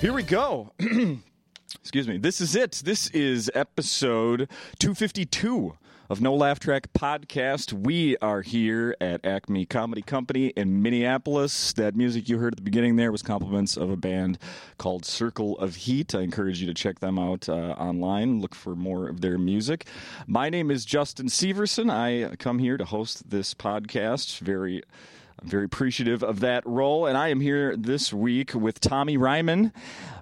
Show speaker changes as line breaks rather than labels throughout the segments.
Here we go. Excuse me. This is it. This is episode 252 of No Laugh Track Podcast. We are here at Acme Comedy Company in Minneapolis. That music you heard at the beginning there was compliments of a band called Circle of Heat. I encourage you to check them out uh, online. Look for more of their music. My name is Justin Severson. I come here to host this podcast. Very. I'm very appreciative of that role, and I am here this week with Tommy Ryman,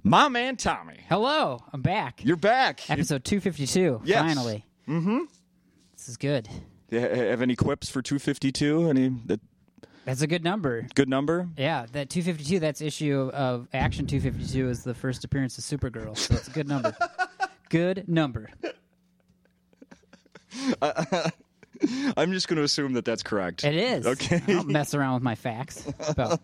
my man Tommy.
Hello, I'm back.
You're back.
Episode 252,
Yes.
finally. Mm-hmm. This is good.
You ha- have any quips for 252? Any that
That's a good number.
good number?
Yeah, that 252, that's issue of Action 252 is the first appearance of Supergirl, so it's a good number. good number.
I'm just going to assume that that's correct.
It is.
Okay.
I don't mess around with my facts about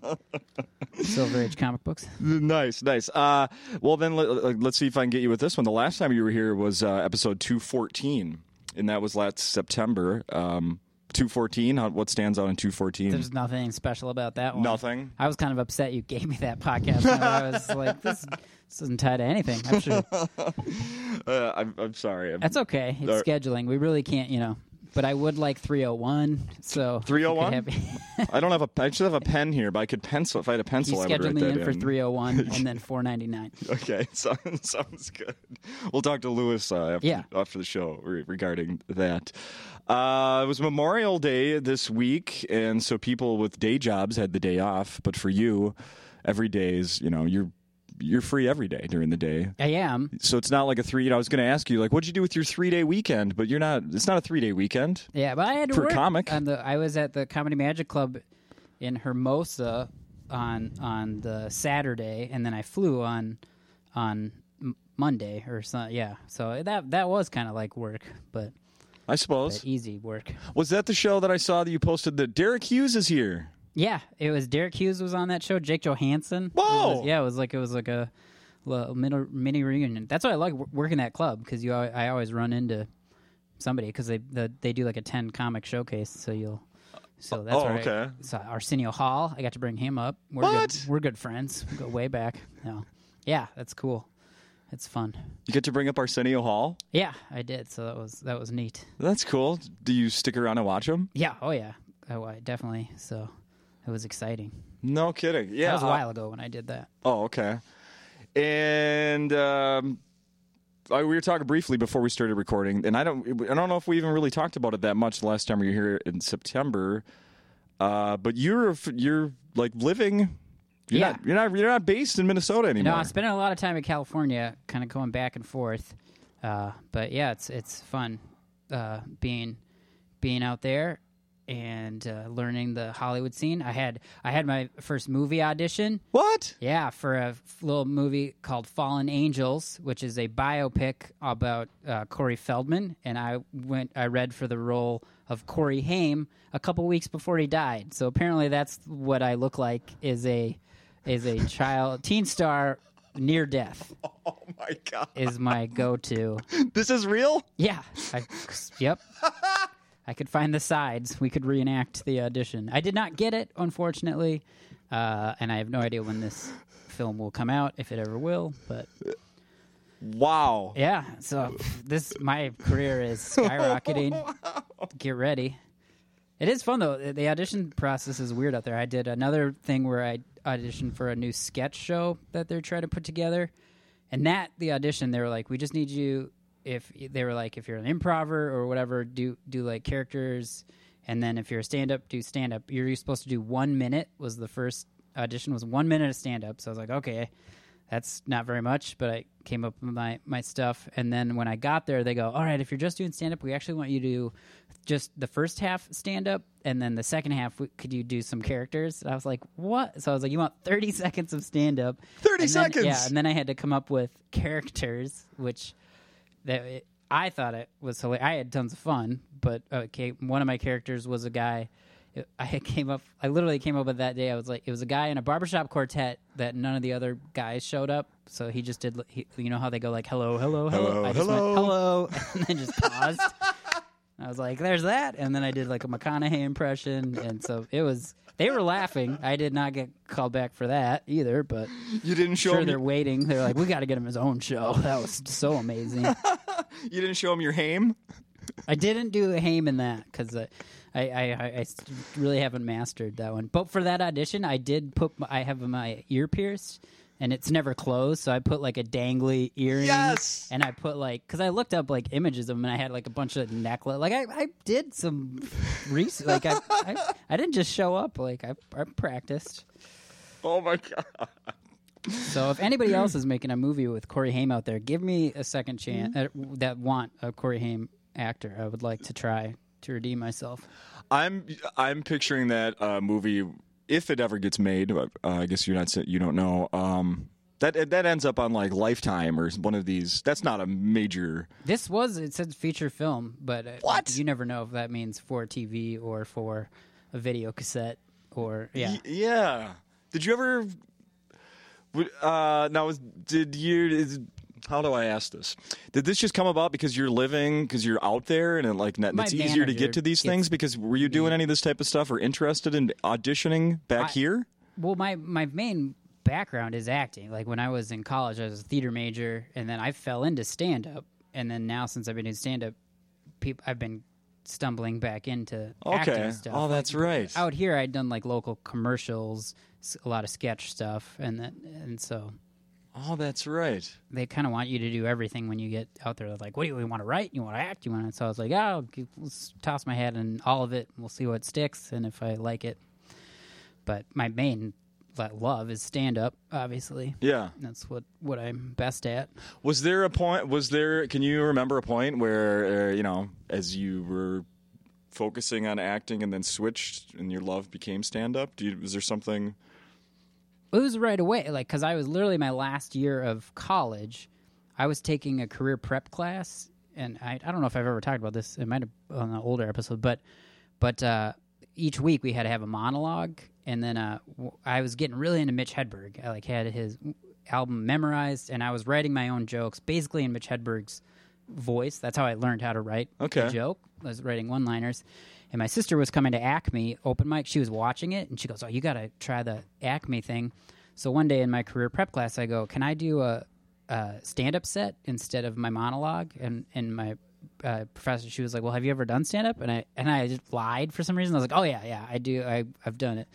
Silver Age comic books.
nice, nice. Uh, well, then let, let's see if I can get you with this one. The last time you were here was uh, episode 214, and that was last September. Um, 214. How, what stands out in 214?
There's nothing special about that one.
Nothing.
I was kind of upset you gave me that podcast. number. I was like, this, this doesn't tie to anything. I'm sure.
Uh, I'm, I'm sorry. I'm-
That's okay. It's
All right.
scheduling. We really can't, you know. But I would like 301. So if you could
301?
have-
I don't have a. I should have a pen here, but I could pencil. If I had a
you
pencil, I would
schedule
write
me
that
in for 301 and then 499.
Okay, so, sounds good. We'll talk to Lewis uh, after,
Yeah.
after the show re- regarding that. Uh, it was Memorial Day this week, and so people with day jobs had the day off. But for you, every day is you know you're you're free every day during the day.
I am.
So it's not like a three. You know, I was going to ask you like, what'd you do with your three day weekend? But you're not. It's not a three day weekend.
Yeah, but I had to
For a
work.
comic.
on the- I was at the Comedy Magic Club in Hermosa on on the Saturday, and then I flew on on M- Monday or something. Yeah, so that that was kind of like work, but
I suppose.
easy work.
Was that the show that I saw that you posted? That Derek Hughes is here.
Yeah, it was Derek Hughes was on that show. Jake Johansson. It was-
Whoa!
yeah, it was like it was like a little mini, mini reunion. That's why I like w- working that club because you al- I always run into somebody because they the, they do like a ten comic showcase. So you'll so that's
oh,
where I-
okay.
so Arsenio Hall, I got to bring him up. We're
What?
Good, we're good friends. We go way back. No, yeah, that's cool. It's fun.
You get to bring up Arsenio Hall.
Yeah, I did. So that was that was neat.
That's cool. Do you stick around and watch him?
Yeah. Oh yeah. Oh, I definitely. So it was exciting.
No kidding. Yeah.
That was a
uh,
while ago when I did that.
Oh, okay. And um, I, we were talking briefly before we started recording, and I don't, I don't know if we even really talked about it that much the last time we were here in September. Uh, but you're, you're like living. You're
Yeah.
Not, you're not. You're not based in Minnesota anymore.
No, I'm spending a lot of time in California, kind of going back and forth. Uh, but yeah, it's it's fun uh, being being out there and uh, learning the Hollywood scene. I had I had my first movie audition.
what?
Yeah, for a f- little movie called Fallen Angels, which is a biopic about uh, Corey Feldman, and I went I read for the role of Corey Haim a couple weeks before he died. So apparently, that's what I look like is a is a child teen star near death
Oh my god!
is my go to.
This is real.
Yeah, I, yep. I could find the sides. We could reenact the audition. I did not get it, unfortunately, uh, and I have no idea when this film will come out, if it ever will. But
Wow.
yeah, so this my career is skyrocketing. Get ready. It is fun though. The audition process is weird out there. I did another thing where I auditioned for a new sketch show that they're trying to put together, and that the audition they were like, "We just need you." If they were like, "If you're an improver or whatever, do do like characters, and then if you're a stand up, do stand up." You're supposed to do one minute. Was the first audition was one minute of stand up. So I was like, okay, that's not very much, but I came up with my, my stuff. And then when I got there, they go, all right, if you're just doing stand up, we actually want you to do just the first half stand up. And then the second half, we- could you do some characters? And I was like, what? So I was like, you want 30 seconds of stand up.
30
And then-
seconds?
Yeah. And then I had to come up with characters, which that it, I thought it was hilarious. I had tons of fun, but okay, one of my characters was a guy. I had came up. I literally came up with that day. I was like, it was a guy in a barbershop quartet that none of the other guys showed up. So he just did. He, you know how they go like, "Hello, hello, hello."
Hello,
I just went,
hello.
hello, and then just paused. And I was like, "There's that," and then I did like a McConaughey impression, and so it was. They were laughing. I did not get called back for that either, but
You didn't show
sure
him.
they're waiting. They're like, "We got to get him his own show." That was so amazing.
You didn't show him your ham.
I didn't do a Haim in that because I, I, I, I s- really haven't mastered that one. But for that audition, I did put my, I have my ear pierced and it's never closed, so I put like a dangly earring.
Yes!
And I put like because I looked up like images of them and I had like a bunch of necklace. Like I, I did some research. like I, I, I didn't just show up. Like I, I practiced.
Oh my god!
So if anybody else is making a movie with Corey Haim out there, give me a second
Mm-hmm.
chance uh, that want a Corey Haim actor. I would like to try to redeem myself.
I'm I'm picturing that uh, movie if it ever gets made. Uh, I guess you're not sa- you don't know. Um, that that ends up on like Lifetime or one of these. That's not a major.
This was it said feature film, but uh,
What?
you never know if that means for TV or for a video cassette or yeah.
Y- yeah. Did you ever? w- Uh, now, is- did you? Is, how do I ask this? Did this just come about because you're living, because you're out there, and it, like not-
My
it's easier to
manager
get to these
gets-
things? Because were you doing any of this type of stuff or interested in auditioning back here?
Well, my my main background is acting. Like when I was in college, I was a theater major, and then I fell into stand up, and then now since I've been doing stand up, peop- I've been stumbling back into
Okay.
acting stuff.
Oh,
Like,
that's right.
out here I'd done like local commercials, s- a lot of sketch stuff, and that, and so
Oh, that's right.
they kind of want you to do everything when you get out there. They're like, what do you, want to write? You want to act? You want to? So I was like, oh, g- let's toss my head in all of it. and We'll see what sticks and if I like it. But my main like, love is stand up, obviously.
Yeah.
That's what what I'm best at.
Was there a point? Was there? Can you remember a point where uh, you know, as you were focusing on acting and then switched, and your love became stand up? Was there something?
It was right away, like because I was literally my last year of college. I was taking a career prep class, and I, I don't know if I've ever talked about this. It might have on an older episode, but but uh, each week we had to have a monologue, and then uh, w- I was getting really into Mitch Hedberg. I like had his album memorized, and I was writing my own jokes, basically in Mitch Hedberg's voice. That's how I learned how to write
Okay.
a joke. I was writing one liners. And my sister was coming to Acme open mic. She was watching it and she goes, Oh, you got to try the Acme thing. So one day in my career prep class, I go, Can I do a, a stand up set instead of my monologue? And, and my uh, professor, she was like, Well, have you ever done stand up? And I, and I just lied for some reason. I was like, Oh, yeah, yeah, I do. I, I've done it.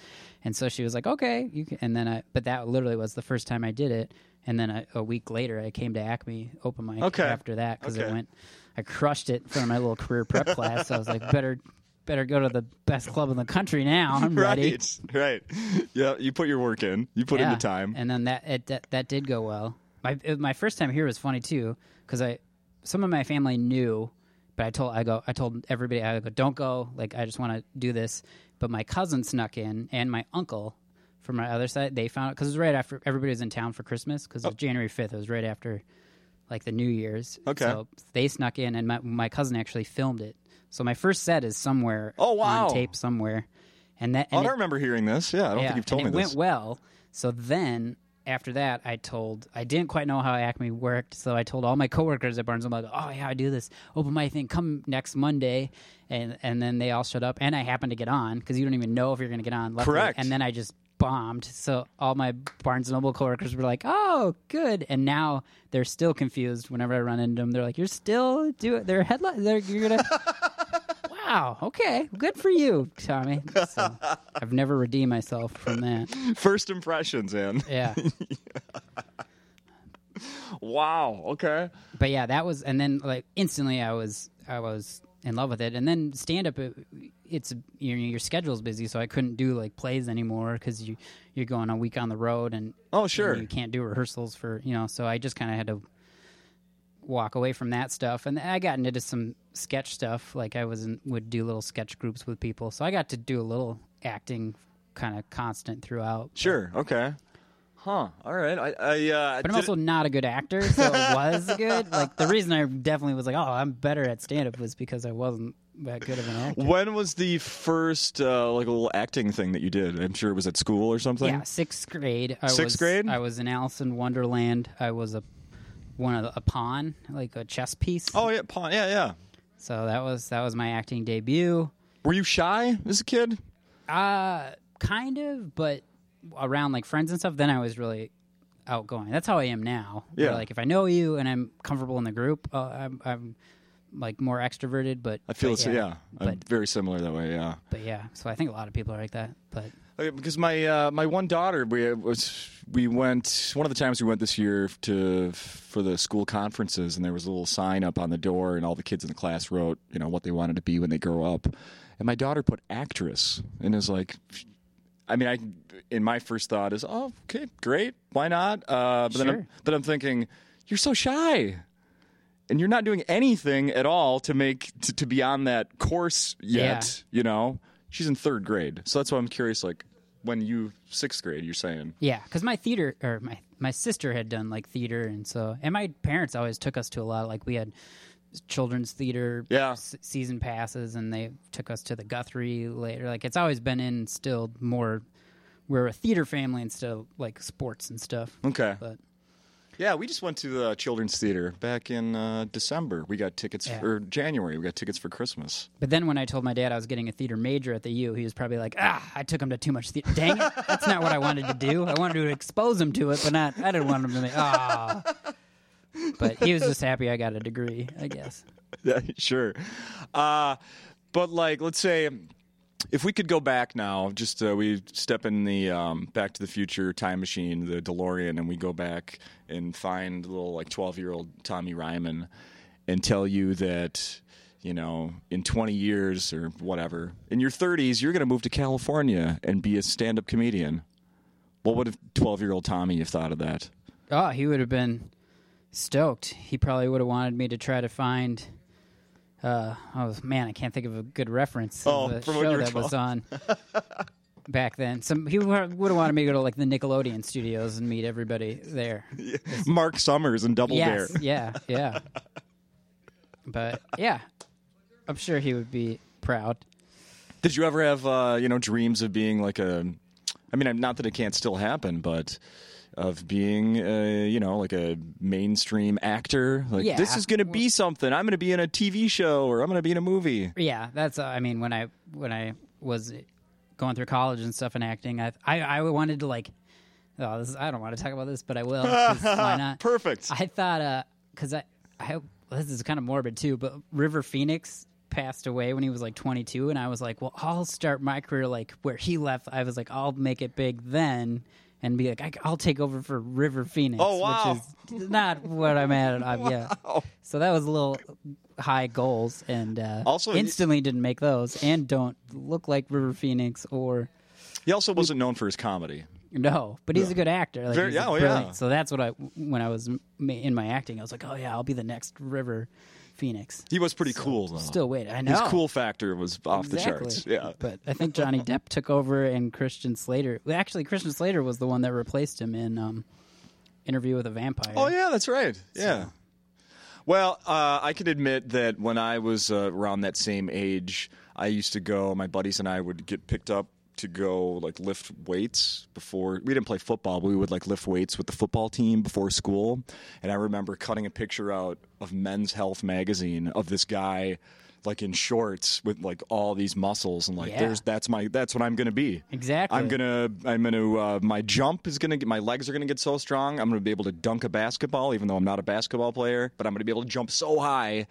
And so she was like, Okay. You can, and then I, but that literally was the first time I did it. And then a, a week later, I came to Acme open mic
Okay.
after that because
Okay.
it went I crushed it for my little career prep class. I was like, better better go to the best club in the country now. I'm ready.
Right. Right. Yeah. You put your work in. You put in
Yeah.
the time.
And then that it, that that did go well. My it, my first time here was funny too because I some of my family knew, but I told I go I told everybody I go don't go like I just want to do this. But my cousin snuck in and my uncle from my other side they found out because it was right after everybody was in town for Christmas because
Oh.
it was January fifth. It was right after like the New Year's.
Okay.
So they snuck in and my my cousin actually filmed it. So my first set is somewhere
Oh, wow.
on tape somewhere. And that
oh,
and
I
it-
remember hearing this. Yeah. I don't think you've told
and
me
it
this.
went well. So then after that, I told I didn't quite know how Acme worked, so I told all my coworkers at Barnes and Noble, "Oh yeah, I do this open mic thing. Come next Monday," and and then they all showed up, and I happened to get on because you don't even know if you're going to get on. Luckily.
Correct.
And then I just bombed, so all my Barnes and Noble coworkers were like, "Oh, good." And now they're still confused whenever I run into them. They're like, "You're still doing? They're headline? They're you're gonna." Wow. Okay. Good for you, Tommy. So, I've never redeemed myself from that.
First impressions, man.
Yeah.
Wow. Okay.
But yeah, that was, and then like instantly, I was, I was in love with it. And then stand up, it, it's your your schedule's busy, so I couldn't do like plays anymore because you you're going a week on the road and
Oh, sure.
and you can't do rehearsals for you know. So I just kind of had to walk away from that stuff, and I got into some sketch stuff. Like I was in, would do little sketch groups with people, so I got to do a little acting, kind of constant throughout.
Sure. Okay. Huh. All right. I. I uh,
But I'm
did-
also not a good actor, so it was good. Like the reason I definitely was like, oh, I'm better at stand up was because I wasn't that good of an actor.
When was the first uh, like little acting thing that you did? I'm sure it was at school or something.
Yeah, sixth grade. I
Sixth
was,
grade?
I was in Alice in Wonderland. I was a one of the, a pawn, like a chess piece.
Oh yeah, pawn. Yeah, yeah.
So that was that was my acting debut.
Were you shy as a kid?
Uh kind of, but around like friends and stuff, then I was really outgoing. That's how I am now. Where,
Yeah.
Like if I know you and I'm comfortable in the group, uh, I'm I'm like more extroverted, but
I feel it's
but
yeah, I'm
But-
very similar that way. Yeah.
but yeah. So I think a lot of people are like that. But
Okay, because my uh, my one daughter we was we went one of the times we went this year to for the school conferences and there was a little sign up on the door and all the kids in the class wrote you know what they wanted to be when they grow up and my daughter put actress and is like I mean I in my first thought is oh okay great why not uh, but then I'm,
Sure.
then I'm thinking you're so shy and you're not doing anything at all to make to, to be on that course yet you know she's in third grade so that's why i'm curious like when you sixth grade you're saying
yeah, because my theater or my my sister had done like theater, and so and my parents always took us to a lot. Like we had children's theater
Yeah.
s- season passes, and they took us to the Guthrie later. Like it's always been instilled more. We're a theater family instead of like sports and stuff.
okay
But
yeah we just went to the children's theater back in uh, december we got tickets
Yeah.
or january we got tickets for christmas
but then when I told my dad I was getting a theater major at the U, he was probably like, "Ah, I took him to too much theater. Dang it, that's not what I wanted to do. I wanted to expose him to it, but not. I didn't want him to make. Ah." But he was just happy I got a degree, I guess.
Yeah, sure. Uh, but like, let's say if we could go back now, just uh, we step in the um, Back to the Future time machine, the DeLorean, and we go back and find little like twelve-year-old Tommy Ryman and tell you that you know in 20 years or whatever in your 30s you're going to move to california and be a stand-up comedian what would 12-year-old tommy have thought of that
Oh, he would have been stoked. He probably would have wanted me to try to find. Uh, oh man, I can't think of a good reference.
Oh,
of the
from
show
what you were
that was on back then. Some he would would have wanted me to go to like the Nickelodeon studios and meet everybody there.
mark summers and double dare
yes, yeah, yeah. But yeah, I'm sure he would be proud.
Did you ever have uh, you know dreams of being like a? I mean, I'm not that it can't still happen, but of being uh, you know like a mainstream actor. Like
Yeah.
this is going to be something. I'm going to be in a TV show or I'm going to be in a movie.
Yeah, that's. Uh, I mean, when I when I was going through college and stuff and acting, I I, I wanted to like. Oh, this is, I don't want to talk about this, but I will. 'cause Why not?
Perfect.
I thought, because I, I, well, this is kind of morbid too, but River Phoenix passed away when he was like 22, and I was like, well, I'll start my career like where he left. I was like, I'll make it big then, and be like, I, will take over for River Phoenix.
Oh, wow.
Which is not what I'm at. I'm, Yeah. So that was a little high goals, and uh,
Also, you-
instantly didn't make those, and don't look like River Phoenix or.
He also wasn't known for his comedy.
No, but he's a good actor. Like,
Very-
he's, like,
oh, yeah.
brilliant. So that's what I when I was m- in my acting, I was like, oh yeah, I'll be the next River Phoenix.
He was pretty cool though.
Still wait, I know
his cool factor was off
exactly.
the charts. Yeah.
but I think Johnny Depp took over, and Christian Slater. Well, actually, Christian Slater was the one that replaced him in um, Interview with a Vampire.
Oh yeah, that's right. Yeah. Well, uh, I can admit that when I was uh, around that same age, I used to go. My buddies and I would get picked up to go like lift weights before we didn't play football. But we would like lift weights with the football team before school, and I remember cutting a picture out of Men's Health magazine of this guy. Like in shorts with like all these muscles and like
Yeah.
there's that's my that's what I'm gonna be
Exactly.
I'm gonna, I'm gonna, uh, my jump is gonna get, my legs are gonna get so strong. I'm gonna be able to dunk a basketball, even though I'm not a basketball player, but I'm gonna be able to jump so high.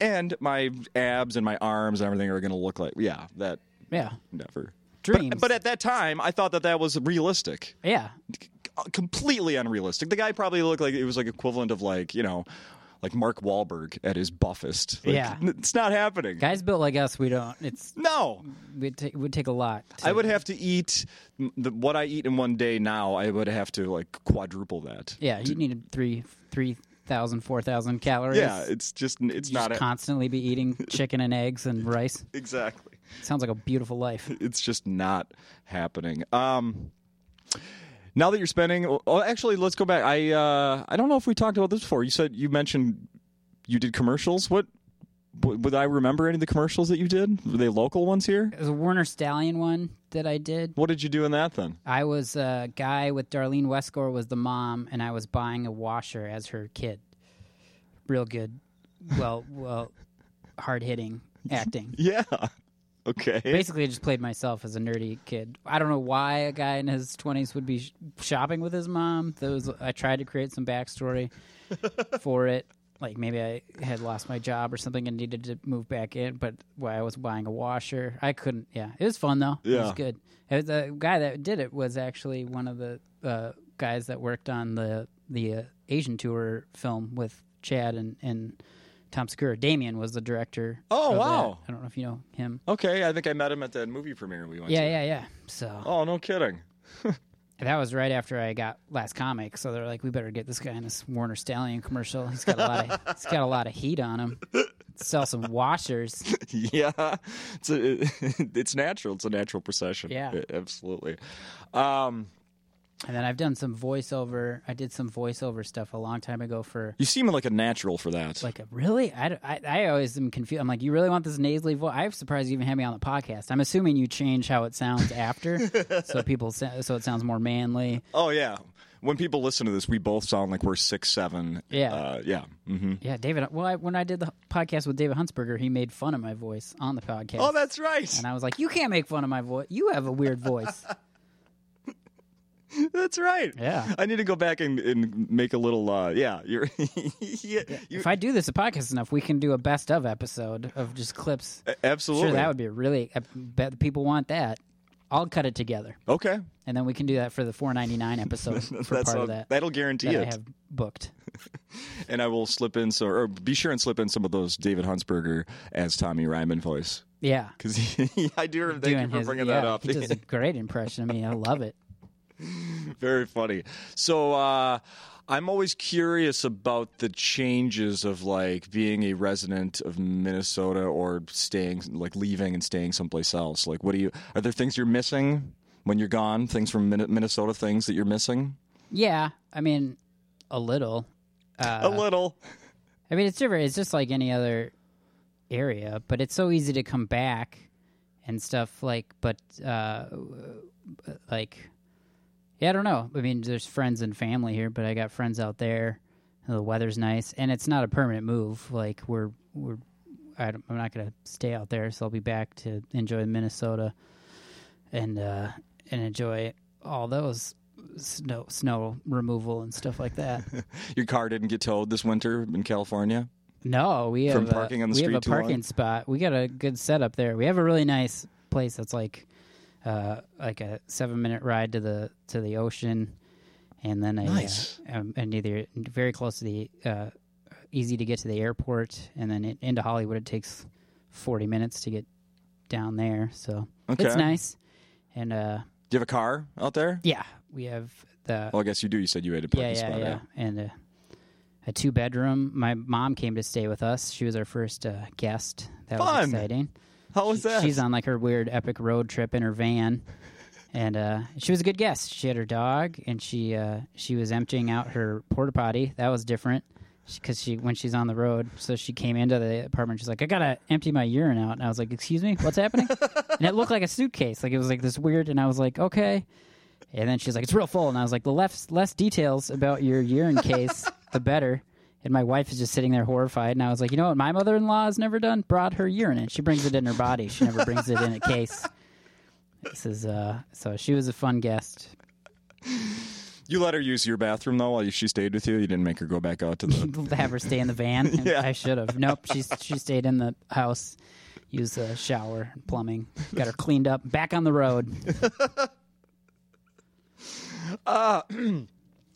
And my abs and my arms and everything are gonna look like, yeah, that
yeah,
never.
dreams.
But, but at that time, I thought that that was realistic.
yeah,
C- completely unrealistic. The guy probably looked like it was like equivalent of like, you know, like Mark Wahlberg at his buffest. Like,
Yeah.
It's not happening.
guys built like us, we don't. It's
no.
it, ta- it would take a lot. To,
I would have to eat m- the, what I eat in one day now. I would have to like quadruple that.
yeah, you needed three three thousand, four thousand calories.
Yeah, it's just it's
You just
not a-
constantly be eating chicken and eggs and rice.
exactly.
Sounds like a beautiful life.
It's just not happening. Um, now that you're spending, oh, actually, let's go back. I uh, I don't know if we talked about this before. You said you mentioned you did commercials. What w- would I remember any of the commercials that you did? Were they local ones here?
It was a Warner Stallion one that I did.
What did you do in that then?
I was a guy with Darlene Westgore was the mom, and I was buying a washer as her kid. Real good. Well, well, hard hitting acting.
Yeah. Okay.
Basically, I just played myself as a nerdy kid. I don't know why a guy in his twenties would be sh- shopping with his mom. Those I tried to create some backstory for it. Like maybe I had lost my job or something and needed to move back in, but why I was buying a washer, I couldn't. Yeah, it was fun though. it was
Yeah.
good. It was, the guy that did it was actually one of the uh, guys that worked on the the uh, Asian tour film with Chad and and Tom Segura. Damien was the director.
Oh,
of that.
wow.
I don't know if you know him.
Okay. I think I met him at that movie premiere we went
Yeah,
to.
yeah, yeah. So
Oh, no kidding.
that was right after I got last comic. So they're like, we better get this guy in this Warner Stallion commercial. He's got a lot of he's got a lot of heat on him. Sell some washers.
yeah. It's a, it's natural. It's a natural procession.
Yeah.
A- absolutely. Um,
And then I've done some voiceover. I did some voiceover stuff a long time ago for
you seem like a natural for that.
like a really. I, d- I- I always am confused. I'm like, you really want this nasally voice? I'm surprised you even had me on the podcast. I'm assuming you change how it sounds after, so people sa- so it sounds more manly.
oh yeah. When people listen to this, we both sound like we're six seven.
Yeah.
Uh, yeah. hmm
Yeah, David. Well, I, when I did the podcast with David Huntsberger, he made fun of my voice on the podcast.
Oh, that's right.
And I was like, "You can't make fun of my voice. You have a weird voice."
That's right.
Yeah.
I need to go back and, and make a little. Uh, yeah. You're. yeah. You,
if I do this a podcast enough, we can do a best of episode of just clips.
absolutely.
Sure, that would be really. I bet the people want that. I'll cut it together,
okay.
and then we can do that for the four ninety nine episode for
That's
part
all,
of that
That'll guarantee
that I
it.
have booked.
and I will slip in so, or be sure and slip in some of those David Huntsberger as Tommy Ryman voice
Yeah,
because I do. Thank you for bringing that
yeah,
up.
He does a great impression of me. I love it.
Very funny. So uh, I'm always curious about the changes of like being a resident of Minnesota or staying, like leaving and staying someplace else. Like, what do you? Are there things you're missing when you're gone? Things from Min- Minnesota? Things that you're missing?
Yeah, I mean, a little. Uh,
a little.
I mean, it's different. It's just like any other area, but it's so easy to come back and stuff like. But uh, like, yeah, I don't know. I mean, there's friends and family here, but I got friends out there. And the weather's nice, and it's not a permanent move. Like we're we're, I don't, I'm not gonna stay out there, so I'll be back to enjoy Minnesota, and uh, and enjoy all those snow snow removal and stuff like that.
Your car didn't get towed this winter in California.
No, we have
From
a-
parking on the
we
street
have a
too long?
parking spot. We got a good setup there. We have a really nice place that's like uh, like a seven minute ride to the to the ocean, and then a uh,
Nice.
um, and either very close to the uh, easy to get to the airport, and then it, into Hollywood it takes forty minutes to get down there. So
Okay.
it's nice, and uh,
Do you have a car out there?
yeah, we have the
Well, I guess you do. You said you had a parking
yeah, yeah,
spot.
yeah. And a, a two bedroom. My mom came to stay with us. She was our first uh, guest. That
Fun.
was exciting.
How was that?
She's on like her weird epic road trip in her van. And uh, she was a good guest. She had her dog, and she uh, she was emptying out her porta potty. That was different because she when she's on the road. So she came into the apartment. She's like, "I gotta empty my urine out," and I was like, "Excuse me, what's happening?" and it looked like a suitcase. Like it was like this weird. And I was like, "Okay." And then she's like, "It's real full." And I was like, "The less less details about your urine case, the better." And my wife is just sitting there horrified. And I was like, "You know what? My mother-in-law has never done brought her urine in. She brings it in her body. She never brings it in a case." This is uh. So she was a fun guest.
you let her use your bathroom though while she stayed with you. You didn't make her go back out to the.
Have her stay in the van. And
Yeah.
I should have. Nope. She she stayed in the house. Used the shower and plumbing. Got her cleaned up. Back on the road.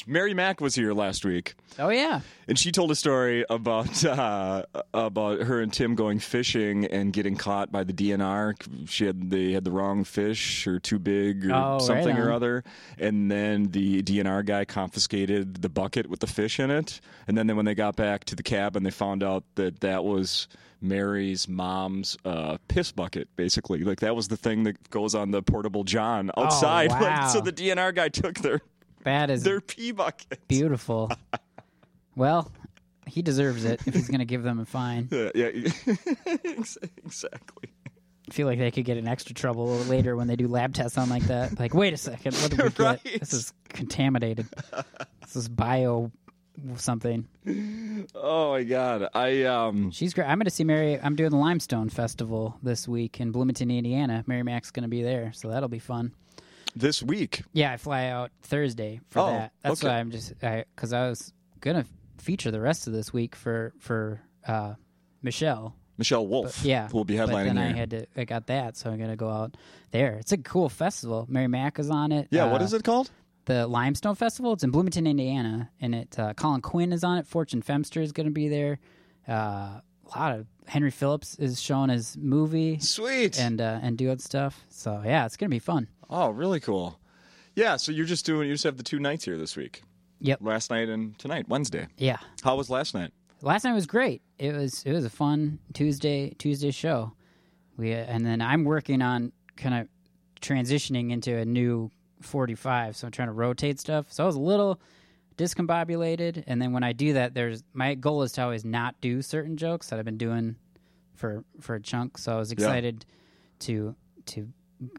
Mary Mack was here last week.
Oh yeah.
And she told a story about uh, about her and Tim going fishing and getting caught by the DNR. She had they had the wrong fish or too big or
Oh, right
something or
on.
other, and then the DNR guy confiscated the bucket with the fish in it. And then, when they got back to the cabin, they found out that that was Mary's mom's uh, piss bucket, basically. Like that was the thing that goes on the portable john outside. Like,
Oh, wow.
so the DNR guy took their
That is
their pee bucket.
beautiful. Well, he deserves it if he's going to give them a fine.
Yeah, yeah. Ex- exactly.
I feel like they could get in extra trouble later when they do lab tests on like that. Like, wait a second, what did we get?
Right.
This is contaminated. This is bio something.
Oh my god. I um
She's great. I'm going to see Mary. I'm doing the Limestone Festival this week in Bloomington, Indiana. Mary Mac's going to be there, so that'll be fun.
this week.
Yeah, I fly out Thursday for
Oh,
that. That's
okay.
why I'm just because I, was going to feature the rest of this week for for uh, Michelle.
Michelle Wolf
Yeah,
will be
But
headlining
then I
here.
had to. I got that, so I'm going to go out there. It's a cool festival. Mary Mac is on it.
yeah, what is
it?
it called?
the Limestone Festival. It's in Bloomington, Indiana, and it uh, Colin Quinn is on it. Fortune Femster is going to be there. Uh, a lot of Henry Phillips is showing his movie
Sweet.
and uh, and doing stuff. So yeah, it's going to be fun.
oh, really cool. Yeah, so you're just doing you just have the two nights here this week.
Yep.
Last night and tonight, Wednesday.
Yeah,
How was last night?
last night was great. It was it was a fun Tuesday Tuesday show. We uh, and then I'm working on kind of transitioning into a new 45, so I'm trying to rotate stuff. So I was a little discombobulated, and then when I do that, there's my goal is to always not do certain jokes that I've been doing for for a chunk. So I was excited to to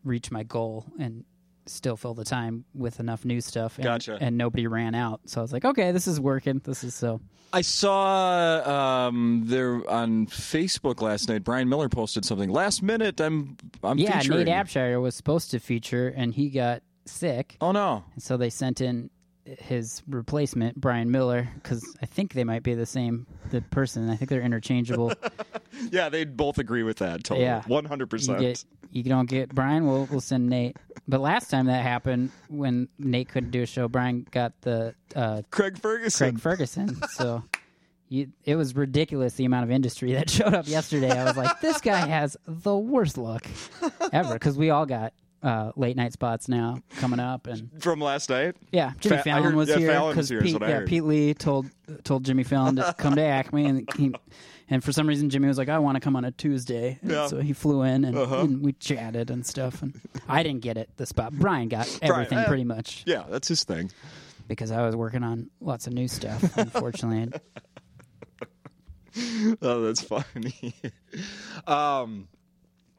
reach my goal and still fill the time with enough new stuff and,
Gotcha.
and nobody ran out so i was like okay this is working this is so
I saw um, there on Facebook last night. Brian Miller posted something. Last minute, I'm I'm
Yeah,
featuring.
Nate Abshire was supposed to feature, and he got sick,
oh no,
and so they sent in his replacement, Brian Miller, because I think they might be the same the person. I think they're interchangeable.
yeah, they both agree with that. Totally,
Yeah.
one hundred
you
percent.
get you don't get Brian, we'll we'll send Nate. But last time that happened, when Nate couldn't do a show, Brian got the uh,
Craig Ferguson.
Craig Ferguson. So. You, it was ridiculous the amount of industry that showed up yesterday. I was like, this guy has the worst luck ever because we all got uh, late night spots now coming up, and
from last night.
Yeah, Jimmy
Fa- I
Fallon
heard-
was
yeah,
here
Fallon was
because
here is
Pete,
what I
yeah,
heard.
Pete Lee told told Jimmy Fallon to come to Acme, and he, and for some reason Jimmy was like, "I want to come on a Tuesday," and
Yeah. Uh-huh.
so he flew in and, and we chatted and stuff. And I didn't get it the spot. Brian got everything
eh.
pretty much
Yeah, that's his thing.
because I was working on lots of new stuff. Unfortunately,
Oh, that's funny. um,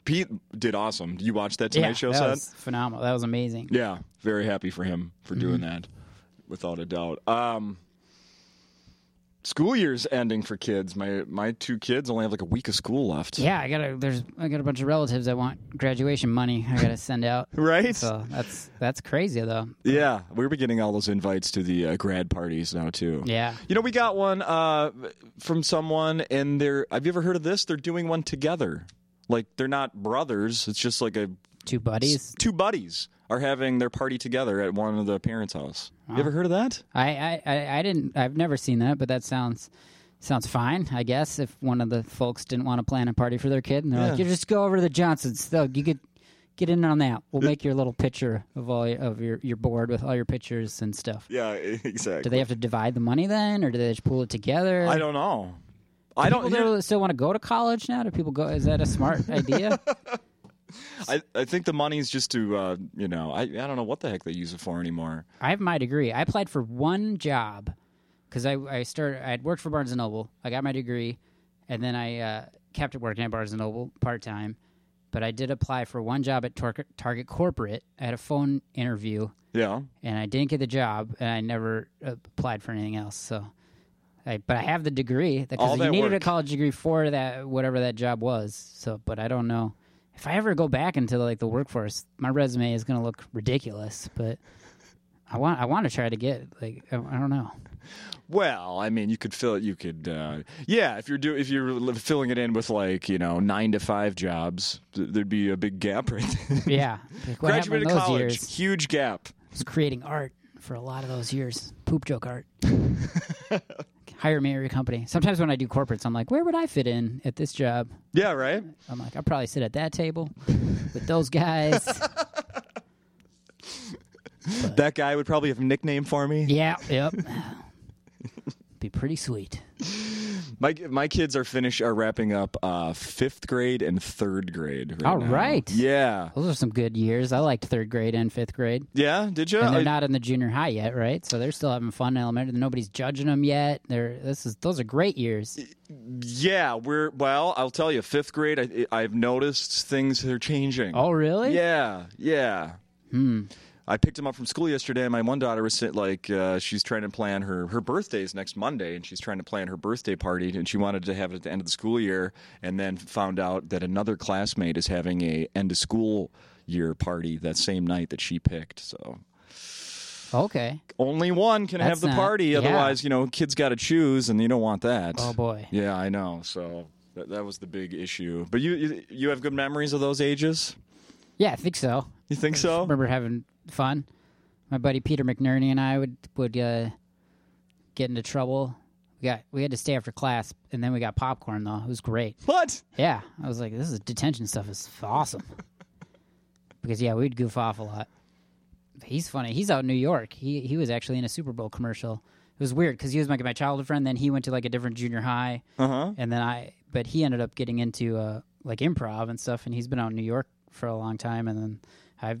Pete did awesome. You watched that Tonight
yeah,
Show
that
set?
was Mm-hmm. phenomenal. That was amazing.
Yeah, very happy for him for doing that, without a doubt. Um, school year's ending for kids. My my two kids only have like a week of school left.
Yeah, I got a there's I got a bunch of relatives that want graduation money. I got to send out.
Right?
So that's that's crazy though.
Yeah, we were getting all those invites to the uh, grad parties now too.
Yeah.
You know, we got one uh, from someone, and they're. Have you ever heard of this? They're doing one together. Like they're not brothers. It's just like a
Two buddies.
two buddies are having their party together at one of the parents' house. You ever heard of that?
I, I- I, I didn't. I've never seen that, but that sounds sounds fine. I guess if one of the folks didn't want to plan a party for their kid, and they're like,
Yeah.
"You just go over to the Johnsons. They'll you could get in on that. We'll make your little picture of all your, of your your board with all your pictures and stuff."
Yeah,
Do
exactly.
they have to divide the money then, or do they just pool it together?
I don't know. I don't.
People that still want to go to college now? Do people go? Is that a smart idea?
I, I think the money's just to uh, you know I I don't know what the heck they use it for anymore.
I have my degree. I applied for one job because I, I started. I had worked for Barnes and Noble. I got my degree, and then I uh, kept working at Barnes and Noble part time. But I did apply for one job at Tor- Target Corporate. I had a phone interview,
Yeah.
and I didn't get the job, and I never uh, applied for anything else. So, I, but I have the degree
All
because you
that
needed a
work.
college degree for that whatever that job was. So, but I don't know if I ever go back into like the workforce, my resume is going to look ridiculous. But I want I want to try to get like I, I don't know.
Well, I mean, you could fill it. You could, uh, yeah. If you're do if you're li- filling it in with like you know nine to five jobs, th- there'd be a big gap right there.
Yeah, like, what happened
Graduated
in those
college,
years
huge gap.
was creating art for a lot of those years. Poop joke art. Hire me or your company. Sometimes when I do corporates, I'm like, where would I fit in at this job?
Yeah, right.
I'm like, I'll probably sit at that table with those guys.
That guy would probably have a nickname for me.
yeah, yep. Be pretty sweet.
My my kids are finish are wrapping up uh, fifth grade and third grade. Right
All
now.
right.
Yeah.
Those are some good years. I liked third grade and fifth grade.
Yeah. Did Uh, you?
And they're not in the junior high yet, right? So they're still having fun in elementary. Nobody's judging them yet. They're this is those are great years.
Yeah, we're well. I'll tell you, fifth grade. I, I've noticed things are changing.
Oh, really?
Yeah, yeah. I picked him up from school yesterday, and my one daughter was sit, like, uh, she's trying to plan her her birthday is next Monday, and she's trying to plan her birthday party, and she wanted to have it at the end of the school year, and then found out that another classmate is having a end of school year party that same night that she picked. So
Okay.
only one can have
That's
the
not-
party.
yeah.
Otherwise, you know, kids got to choose, and you don't want that.
Oh boy.
Yeah, I know. So that, that was the big issue. But you, you you have good memories of those ages?
Yeah, I think so.
You think
I
so?
remember having fun. My buddy Peter McNerney and I would would uh, get into trouble. We got we had to stay after class, and then we got popcorn though. It was great.
What?
Yeah, I was like, this is detention stuff is awesome. because yeah, we'd goof off a lot. But he's funny. He's out in New York. He he was actually in a Super Bowl commercial. It was weird because he was like my childhood friend. Then he went to like a different junior high,
Uh huh.
and then I. But he ended up getting into uh, like improv and stuff. And he's been out in New York for a long time. And then I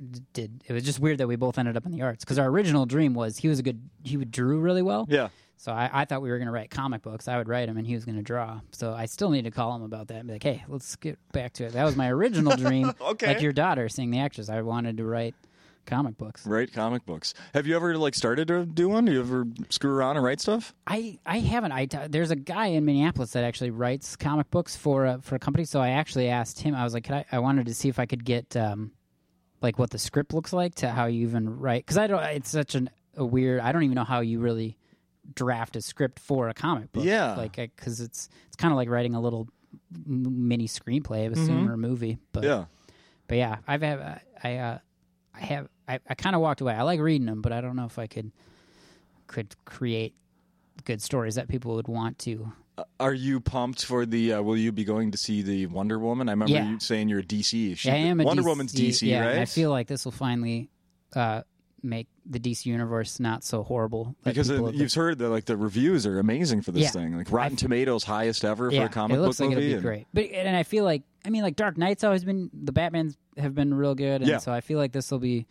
d- did. It was just weird that we both ended up in the arts because our original dream was he was a good. He would drew really well.
Yeah.
So I, I thought we were going to write comic books. I would write them, and he was going to draw. So I still need to call him about that and be like, "Hey, let's get back to it." That was my original dream.
Okay.
Like your daughter, seeing the actress, I wanted to write comic books.
Write comic books. Have you ever like started to do one? Do you ever screw around and write stuff?
I, I haven't. I t- there's a guy in Minneapolis that actually writes comic books for a, for a company. So I actually asked him. I was like, could I, I wanted to see if I could get um, like what the script looks like to how you even write because I don't. It's such an, a weird. I don't even know how you really draft a script for a comic book.
Yeah.
like because it's it's kind of like writing a little m- mini screenplay of a scene or a movie. But
Mm-hmm. Yeah.
but yeah, I've have I uh, I have I, I kind of walked away. I like reading them, but I don't know if I could could create good stories that people would want to.
Are you pumped for the? Uh, will you be going to see the Wonder Woman? I remember
Yeah.
you saying you're a DC. She,
Yeah, I am a
Wonder
DC,
Woman's DC,
yeah,
right?
and I feel like this will finally uh, make the DC universe not so horrible. that
because
people
uh
have been-
you've heard that like the reviews are amazing for this
Yeah.
thing. Like Rotten Tomatoes highest ever for
yeah,
a comic
it looks
book
like
movie.
it'll be
and-
great. But and I feel like I mean like Dark Knight's always been the Batman's have been real good, and
Yeah.
so I feel like this will be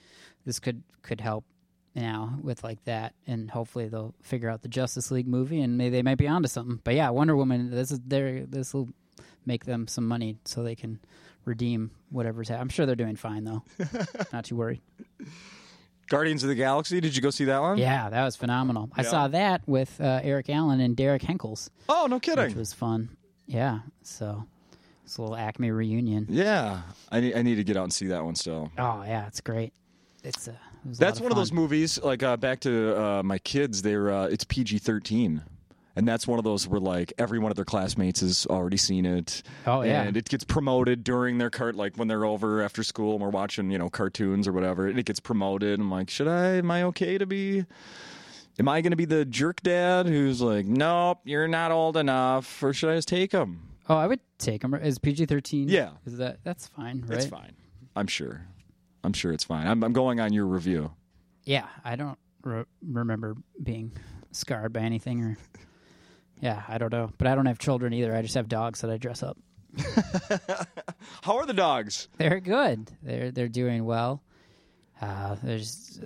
this could could help now with like that, and hopefully they'll figure out the Justice League movie, and maybe they might be onto something. But yeah, Wonder Woman, this is their this will make them some money so they can redeem whatever's happening. I'm sure they're doing fine though, not too worried.
Guardians of the Galaxy. Did you go see that one?
Yeah, that was phenomenal. I saw that with uh, Eric Allen and Derek Henkels,
Oh, no
which
kidding.
was fun. Yeah, so it's a little Acme reunion.
Yeah, I need, I need to get out and see that one still.
Oh yeah, it's great. It's uh, it was a
That's
lot
one of those
fun.
movies. Like uh, back to uh, my kids, they're uh, it's PG thirteen, and that's one of those where like every one of their classmates has already seen it.
Oh, yeah.
and it gets promoted during their cart, like when they're over after school and we're watching you know cartoons or whatever, and it gets promoted. I'm like, should I? Am I okay to be? Am I going to be the jerk dad who's like, nope, you're not old enough, or should I just take him?
Oh, I would take them. Is PG thirteen?
Yeah.
is that that's fine, right?
It's fine. I'm sure. I'm sure it's fine. I'm, I'm going on your review.
Yeah, I don't re- remember being scarred by anything or. Yeah, I don't know, but I don't have children either. I just have dogs that I dress up.
How are the dogs?
They're good. They're they're doing well. Uh, there's,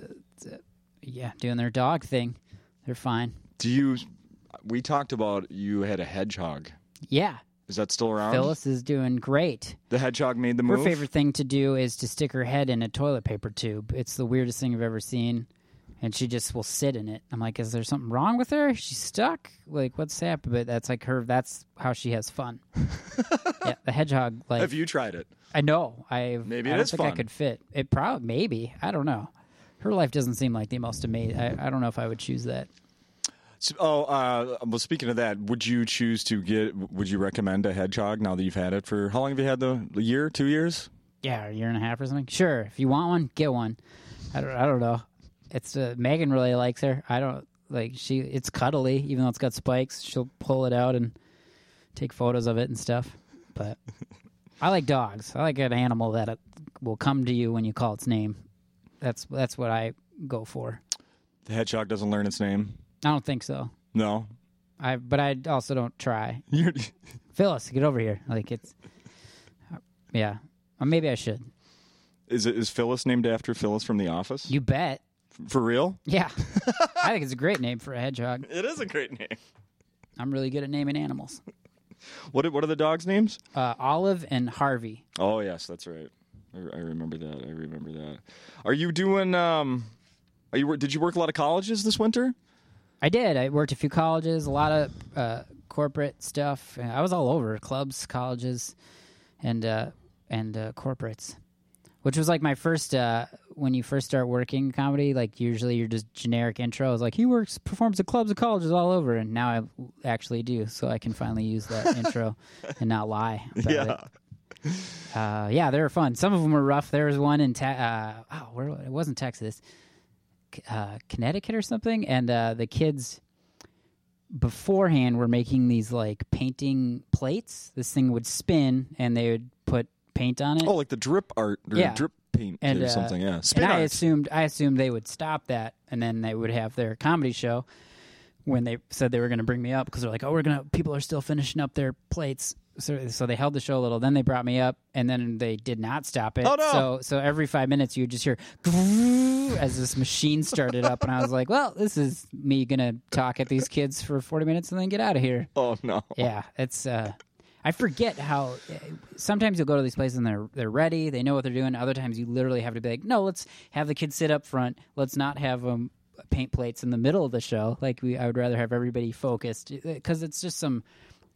uh, yeah, doing their dog thing. They're fine.
Do you? We talked about you had a hedgehog.
Yeah,
Is that still around?
Phyllis is doing great.
The hedgehog made the
Her
move.
favorite thing to do is to stick her head in a toilet paper tube. It's the weirdest thing I've ever seen. And she just will sit in it. I'm like, is there something wrong with her? She's stuck? Like, what's happened? But that's like her, that's how she has fun. yeah, the hedgehog, like,
Have you tried it?
I know. I
Maybe
I
it
don't
is
think I
fun.
could fit. It probably, maybe. I don't know. Her life doesn't seem like the most amazing. I, I don't know if I would choose that.
So, oh, uh, well. Speaking of that, would you choose to get? Would you recommend a hedgehog now that you've had it for how long have you had the a year? Two years?
yeah, a year and a half or something. Sure, if you want one, get one. I don't, I don't know. It's uh, Megan really likes her. I don't like she. It's cuddly, even though it's got spikes. She'll pull it out and take photos of it and stuff. But I like dogs. I like an animal that uh, will come to you when you call its name. That's that's what I go for.
The hedgehog doesn't learn its name.
I don't think so.
No.
I but I also don't try.
You're,
Phyllis, get over here. Like it's yeah. Or maybe I should.
is it is Phyllis named after Phyllis from The Office?
You bet.
for real?
Yeah. I think it's a great name for a hedgehog.
It is a great name.
I'm really good at naming animals.
What are- what are the dogs' names?
Uh, Olive and Harvey.
Oh yes, that's right. I I, I remember that. I remember that. Are you doing? Um, are you? Did you work a lot of colleges this winter?
I did. I worked a few colleges, a lot of uh, corporate stuff. I was all over clubs, colleges, and uh, and uh, corporates, which was like my first. Uh, when you first start working comedy, like usually you're just generic intro is like he works, performs at clubs and colleges all over, and now I actually do, so I can finally use that intro and not lie. About It. Uh, yeah, they were fun. Some of them were rough. There was one in te- uh, oh, where it wasn't Texas, C- uh, Connecticut or something, and uh, the kids beforehand were making these like painting plates. This thing would spin, and they would put paint on it.
Oh, like the drip art or
Yeah.
drip paint
And,
or
uh,
something. Yeah, spin
and I
art.
assumed I assumed they would stop that, and then they would have their comedy show. When they said they were going to bring me up, because they're like, "Oh, we're gonna people are still finishing up their plates," so so they held the show a little. Then they brought me up, and then they did not stop it.
Oh, no.
So so every five minutes you would just hear as this machine started up, and I was like, "Well, this is me gonna talk at these kids for forty minutes and then get out of here."
oh no.
Yeah, it's. Uh, I forget how. uh, Sometimes you'll go to these places and they're they're ready. They know what they're doing. Other times you literally have to be like, no, let's have the kids sit up front. Let's not have them paint plates in the middle of the show. Like we, I would rather have everybody focused because it's just some,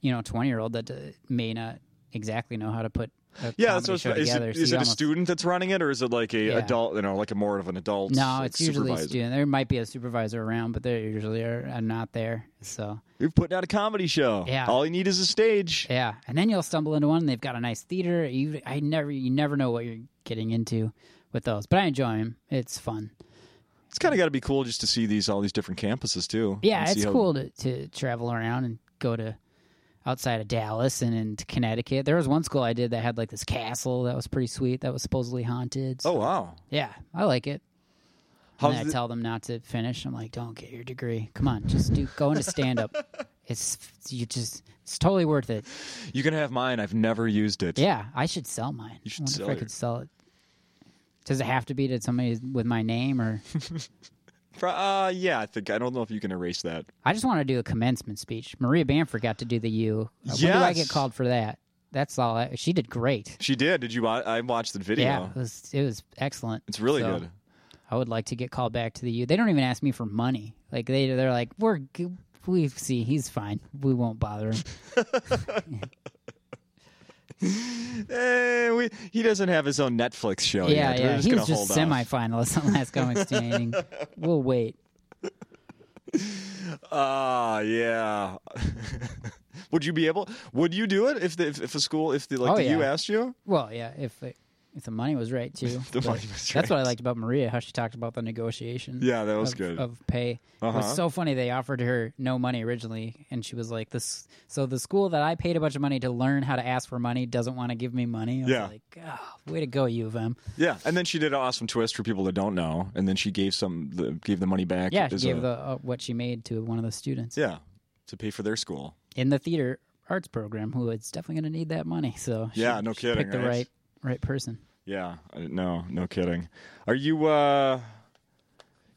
you know, twenty year old that uh, may not exactly know how to put. A
Yeah,
comedy
so it's,
show
is
together.
it,
so
is it
you
a
almost-
student that's running it, or is it like a
Yeah.
adult? You know, like a more of an adult.
No, it's usually a
supervisor?
student. There might be a supervisor around, but they usually are, are not there. So
You're putting out a comedy show.
Yeah.
All you need is a stage.
Yeah, and then you'll stumble into one. and They've got a nice theater. You, I never, you never know what you're getting into with those. But I enjoy them. It's fun.
It's kind of got to be cool just to see these all these different campuses too.
Yeah,
and see
it's
how-
cool to, to travel around and go to outside of Dallas and into Connecticut. There was one school I did that had like this castle that was pretty sweet. That was supposedly haunted. So,
Oh wow.
yeah, I like it.
How's
and then I
the-
tell them not to finish. I'm like, don't get your degree. Come on, just do go into stand up. it's you just it's totally worth it.
You can have mine. I've never used it.
Yeah, I should sell mine.
You should
I wonder
sell
if I
your-
could sell it. Does it have to be to somebody with my name or
Pro- uh, yeah. I think I don't know if you can erase that.
I just want to do a commencement speech. Maria Bamford got to do the U. Uh, When do I get
Yes.
called for that? That's all. I, she did great.
She did. Did you? wa- I watched the video.
Yeah, it was it was excellent.
It's really
So,
good.
I would like to get called back to the U. They don't even ask me for money. Like they they're like we're g- we see he's fine. We won't bother him.
Eh, we, he doesn't have his own Netflix show
yeah,
yet. We're
yeah.
Oh, just
He
gonna
was just
hold off.
semifinalist on Last Comic Standing. we'll wait.
Ah, yeah. would you be able? Would you do it if the, if, if a school if the like
Oh,
the U
yeah.
asked you?
Well, yeah, if it, if the money was right too.
The
But
money was
That's what I
right.
liked about Maria, how she talked about the negotiation.
Yeah, that was
of,
good.
Of pay, it
Uh-huh.
was so funny. They offered her no money originally, and she was like, "This." So the school that I paid a bunch of money to learn how to ask for money doesn't want to give me money. I was
Yeah.
like, oh, way to go, U of M.
Yeah, and then she did an awesome twist for people that don't know, and then she gave some the, gave the money back.
Yeah, she
as
gave
a-
the uh, what she made to one of the students
yeah to pay for their school.
in the theater arts program, who is definitely going to need that money. So she-
Yeah, no
she
kidding,
picked the
right?
right right person.
Yeah, I- no, no kidding. Are you uh,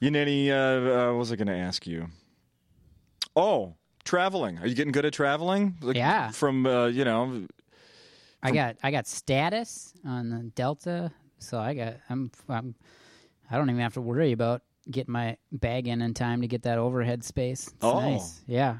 you in any? Uh, uh, what was I going to ask you? Oh, traveling. Are you getting good at traveling? Like,
Yeah.
From uh, you know,
I got I got status on the Delta, so I got I'm I'm I don't even have to worry about getting my bag in in time to get that overhead space. It's
Oh.
nice. yeah.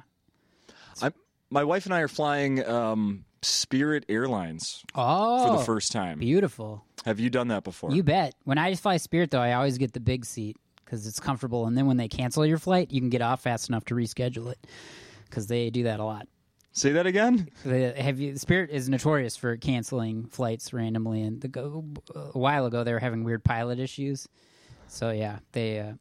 I my wife and I are flying um, Spirit Airlines
Oh,
for the first time.
beautiful.
Have you done that before?
You bet. When I fly Spirit though, I always get the big seat because it's comfortable, and then when they cancel your flight, you can get off fast enough to reschedule it because they do that a lot.
Say that again.
The, have you, Spirit is notorious for canceling flights randomly, and the, go- a while ago they were having weird pilot issues. So yeah, they uh,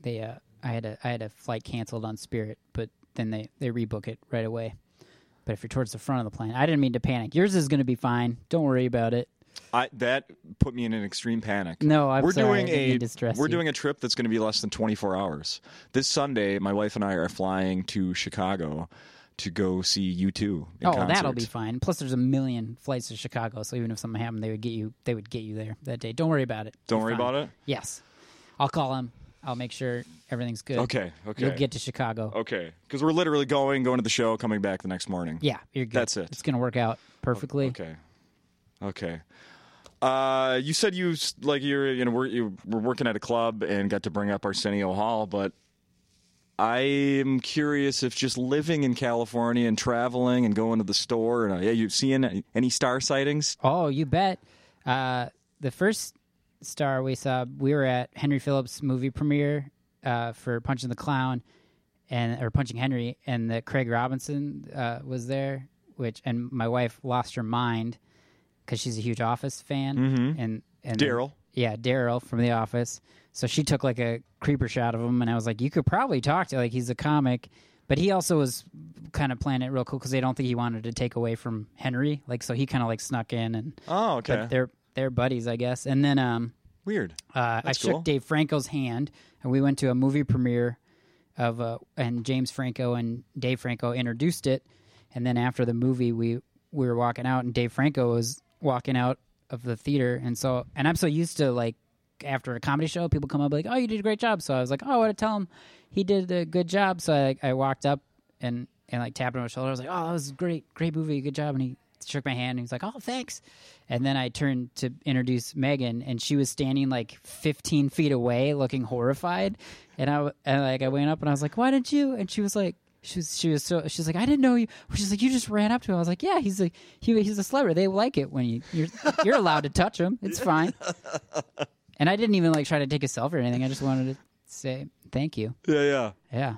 they uh, I had a I had a flight canceled on Spirit, but then they they rebook it right away. But if you're towards the front of the plane, I didn't mean to panic. Yours is going to be fine. Don't worry about it.
I that put me in an extreme panic.
No, I'm
we're
sorry, I
doing
didn't
a
mean to stress
we're
you.
doing a trip that's going to be less than 24 hours. This Sunday, my wife and I are flying to Chicago to go see U2 in
oh,
concert.
that'll be fine. Plus, there's a million flights to Chicago, so even if something happened, they would get you. They would get you there that day. Don't worry about it.
Don't worry about it.
Yes, I'll call them. I'll make sure everything's good.
Okay, okay, Oh.
You'll get to Chicago.
okay. Because we're literally going, going to the show, coming back the next morning.
Yeah, you're good.
That's it.
It's going to work out perfectly.
Okay, okay. Uh, you said you s- like you're you know we're, you were working at a club and got to bring up Arsenio Hall, but I am curious if just living in California and traveling and going to the store and uh, yeah, you seeing any star sightings?
Oh, you bet. Uh, the first star we saw, we were at Henry Phillips' movie premiere uh, for Punching the Clown, and or Punching Henry, and the Craig Robinson uh, was there, which and my wife lost her mind because she's a huge Office fan, and and
Mm-hmm. Daryl.
yeah, Daryl from The Office. So she took like a creeper shot of him, and I was like, "You could probably talk to like he's a comic." But he also was kind of playing it real cool because they don't think he wanted to take away from Henry, like so he kind of like snuck in and
Oh, okay,
but they're they're buddies, I guess. And then um,
weird.
uh,
cool.
I shook Dave Franco's hand, and we went to a movie premiere of uh, and James Franco and Dave Franco introduced it, and then after the movie, we we were walking out, and Dave Franco was walking out of the theater, and so and I'm so used to like after a comedy show, people come up like, "Oh, you did a great job," so I was like, "Oh, I want to tell him he did a good job," so I I walked up and and like tapped him on the shoulder. I was like, "Oh, that was great, great movie, good job," and he shook my hand and he's like, "Oh, thanks." And then I turned to introduce Megan, and she was standing like 15 feet away, looking horrified. And I w- and like I went up and I was like, "Why didn't you?" And she was like. She was, she was so she's like I didn't know you. She's like you just ran up to him. I was like yeah he's a he, he's a celebrity. They like it when you you're you're allowed to touch him. It's fine. And I didn't even like try to take a selfie or anything. I just wanted to say thank you.
Yeah, yeah.
Yeah.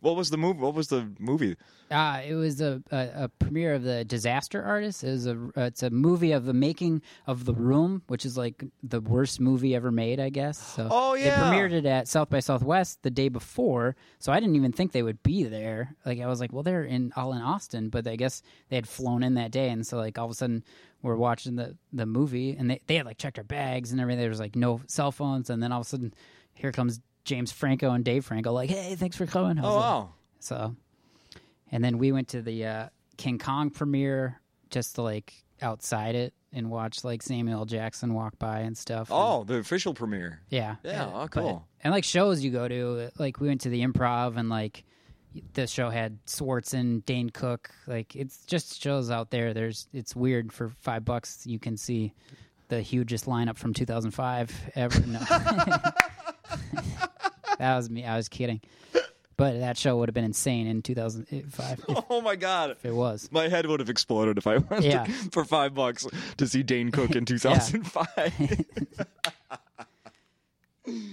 What was the movie? What was the movie?
Uh, it was a, a, a premiere of the Disaster Artist. It was a uh, it's a movie of the making of The Room, which is like the worst movie ever made, I guess. So
Oh, yeah.
they premiered it at South by Southwest the day before, so I didn't even think they would be there. Like I was like, well, they're in all in Austin, but I guess they had flown in that day, and so like all of a sudden we're watching the the movie, and they they had like checked our bags and everything. There was like no cell phones, and then all of a sudden here comes James Franco and Dave Franco, like, hey, thanks for coming. I was
Oh,
like,
wow.
so, and then we went to the uh, King Kong premiere just to like outside it and watch like Samuel L. Jackson walk by and stuff. And-
Oh, the official premiere.
yeah,
Yeah,
Uh,
oh,
but-
cool.
and like shows you go to, like we went to the Improv and like the show had Swartzen, Dane Cook. Like it's just shows out there. There's it's weird for five bucks you can see the hugest lineup from 2005 ever. No. that was me. I was kidding. But that show would have been insane in 2005 if
Oh my god.
it was.
My head would have exploded if I went
Yeah.
for five bucks to see Dane Cook in 2005.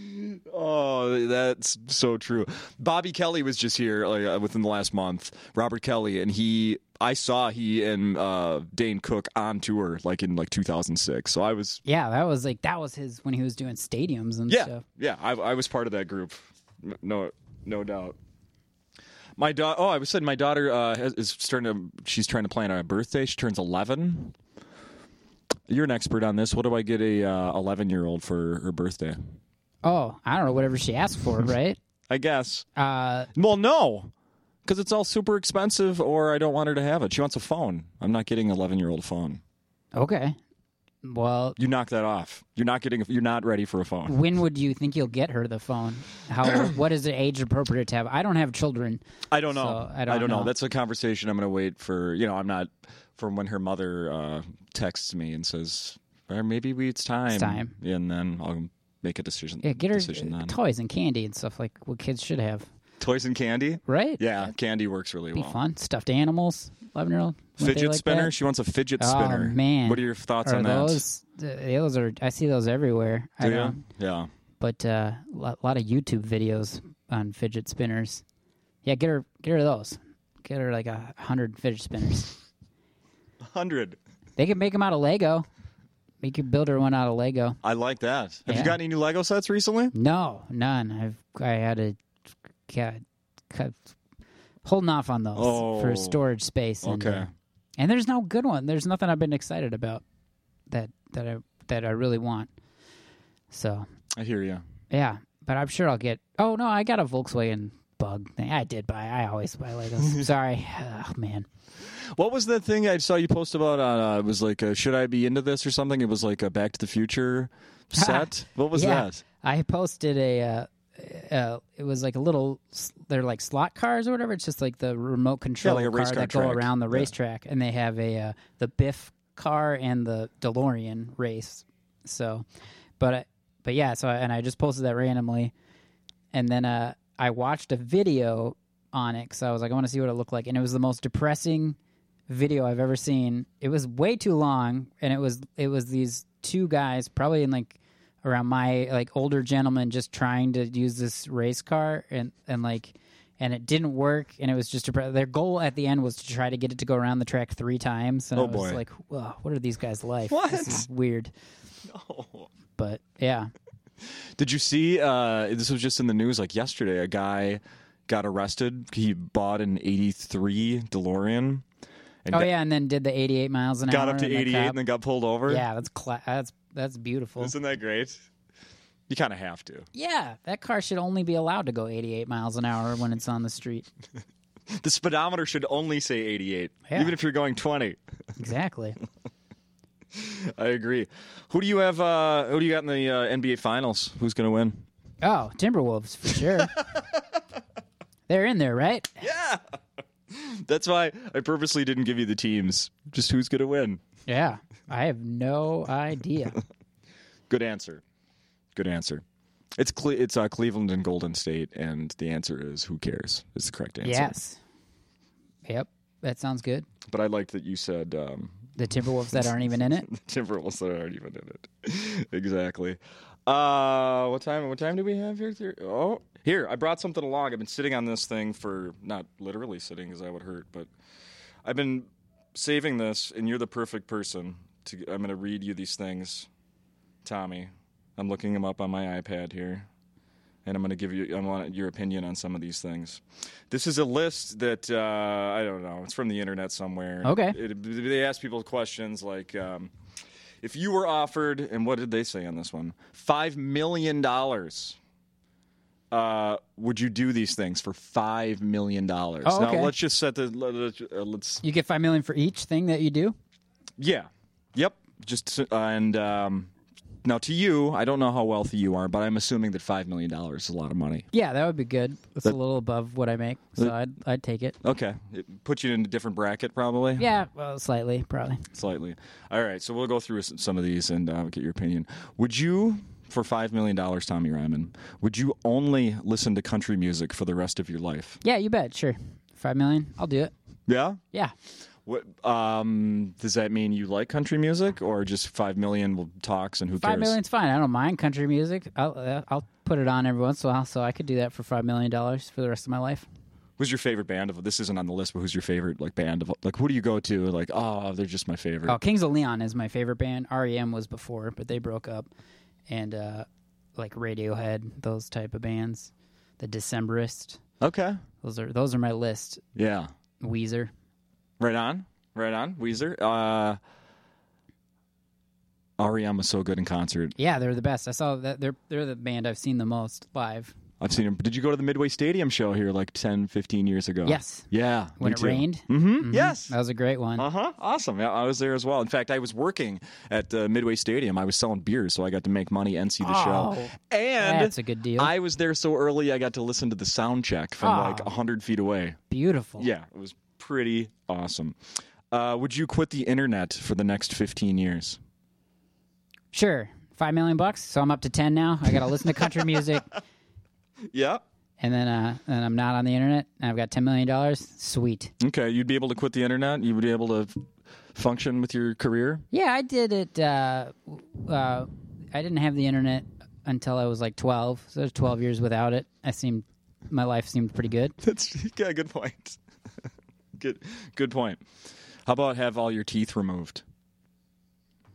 oh, that's so true. Bobby Kelly was just here like, uh, within the last month. Robert Kelly, and he, I saw he and uh, Dane Cook on tour like in like 2006. So I was,
Yeah, that was like that was his when he was doing stadiums and
yeah,
stuff.
yeah, I, I was part of that group. N- No, no doubt. My daughter. Oh, I was saying my daughter uh, has, is starting to. She's trying to plan a birthday. She turns eleven. You're an expert on this. What do I get a eleven year old for her birthday?
Oh, I don't know whatever she asked for, right?
I guess.
Uh,
Well, no, because it's all super expensive, or I don't want her to have it. She wants a phone. I'm not getting an eleven year old phone.
okay. Well,
You knock that off. You're not getting. You're not ready for a phone.
when would you think you'll get her the phone? How? what is the age appropriate to have? I don't have children.
I don't know.
So, I don't
know.
know.
That's a conversation I'm going to wait for. You know, I'm not from when her mother uh, texts me and says, or maybe we it's time.
time.
and then I'll make a decision.
Yeah, get her
decision
uh,
then.
toys and candy and stuff like what kids should have,
Toys and candy.
right?
Yeah, candy works really
be
well.
fun. Stuffed animals, eleven year old
Fidget
like
spinner.
That?
She wants a fidget
Oh,
spinner.
man.
what are your thoughts
Are
on that?
those? th- Those are. I see those everywhere. I
Do ya?
don't.
Yeah.
But a lot, lot of YouTube videos on fidget spinners. Yeah, get her, get her those. Get her like a hundred fidget spinners.
Hundred.
they can make them out of Lego. You could build her one out of Lego.
I like that. Have you
Yeah.
got any new Lego sets recently?
No, none. I've I had a got cut holding off on those
Oh.
for storage space. And,
Okay.
uh, and there's no good one. There's nothing I've been excited about that that I that I really want. So
I hear you.
yeah, but I'm sure I'll get. Oh no, I got a Volkswagen Bug thing. I did buy. I always buy Legos. Sorry. Oh man.
What was that thing I saw you post about? On uh, it was like, uh should I be into this or something? It was like a Back to the Future set. what was
yeah,
that?
I posted a. Uh, uh, it was like a little. s- They're like slot cars or whatever. It's just like the remote control
like a
car
race car
that
track.
go around the
Yeah.
racetrack, and they have a uh, the Biff car and the DeLorean race. So, but uh, I- but yeah, so I, and I just posted that randomly, and then uh, I watched a video on it because I was like, I want to see what it looked like, and it was the most depressing video I've ever seen. It was way too long, and it was it was these two guys, probably in like around my like older gentleman, just trying to use this race car, and and like and it didn't work, and it was just depre- their goal at the end was to try to get it to go around the track three times, and
Oh,
I was
boy.
like, Whoa, what are these guys' life?
What?
This is weird,
Oh.
but yeah.
Did you see? Uh, this was just in the news like yesterday. A guy got arrested. He bought an '83 DeLorean and
Oh
got,
yeah, and then did the 88 miles an hour.
got up to
and the
88
cop-
and then got pulled over.
yeah, that's cla- that's that's beautiful.
Isn't that great? You kind of have to.
yeah, that car should only be allowed to go 88 miles an hour when it's on the street.
The speedometer should only say 88,
Yeah.
even if you're going 20.
Exactly.
I agree. Who do you have? Uh, who do you got in the uh, NBA Finals? Who's going to win?
Oh, Timberwolves for sure. They're in there, right?
Yeah. That's why I purposely didn't give you the teams. Just who's going to win?
Yeah. I have no idea.
Good answer. Good answer. It's Cle- it's uh, Cleveland and Golden State, and the answer is who cares. Is the correct answer.
yes. Yep. That sounds good.
But I like that you said um,
The Timberwolves that aren't even in it.
Timberwolves that aren't even in it. exactly. Uh, what time? What time do we have here? Thir- Oh, here I brought something along. I've been sitting on this thing for not literally sitting, because that would hurt, but I've been saving this, and you're the perfect person. To I'm going to read you these things, Tommy. I'm looking them up on my iPad here, and I'm going to give you. I want your opinion on some of these things. This is a list that uh, I don't know. It's from the internet somewhere.
Okay.
It, they ask people questions like. Um, if you were offered, and what did they say on this one? Five million dollars. Uh, would you do these things for five million dollars?
Oh, okay.
Now let's just set the let, us uh, let's
You get 5 million for each thing that you do?
yeah, yep. Just uh, and um, now to you, I don't know how wealthy you are, but I'm assuming that five million dollars is a lot of money.
Yeah, that would be good. It's a little above what I make, so I'd I'd take it.
Okay, it puts you in a different bracket probably.
Yeah, well, slightly probably.
slightly. All right, so we'll go through s- some of these and uh, get your opinion. Would you, for five million dollars, Tommy Ryman, would you only listen to country music for the rest of your life?
Yeah, you bet. Sure, five million. I'll do it.
Yeah.
Yeah.
What um, does that mean? You like country music, or just five million will- talks and who
Five
cares?
million's fine. I don't mind country music. I'll uh, I'll put it on every once in a while, so I could do that for five million dollars for the rest of my life.
Who's your favorite band of? This isn't on the list, but who's your favorite like band of? Like, who do you go to? Like, oh, they're just my favorite.
Oh, Kings of Leon is my favorite band. REM was before, but they broke up, and uh, like Radiohead, those type of bands, the Decemberist.
Okay.
Those are those are my list.
Yeah.
Weezer.
Right on. Right on. Weezer. Uh, REM was so good in concert.
Yeah, they're the best. I saw that they're they're the band I've seen the most live.
I've seen him. Did you go to the Midway Stadium show here like 10, 15 years ago?
Yes.
Yeah.
When it rained.
Mm-hmm. Yes.
That was a great one.
Uh huh. Awesome. Yeah, I was there as well. In fact, I was working at the Midway Stadium. I was selling beers, so I got to make money and see the show.
Oh,
And
that's a good deal.
I was there so early, I got to listen to the sound check from
Ah.
like like hundred feet away.
Beautiful.
Yeah, it was pretty awesome. Uh, would you quit the internet for the next fifteen years?
Sure. Five million bucks. So I'm up to ten now. I gotta listen to country music
Yeah.
and then uh and I'm not on the internet and I've got ten million dollars. Sweet.
Okay. You'd be able to quit the internet. You would be able to f- function with your career.
Yeah, I did it uh uh I didn't have the internet until I was like twelve. So there's twelve years without it. I seemed my life seemed pretty good.
That's yeah, good point. good good point. How about have all your teeth removed?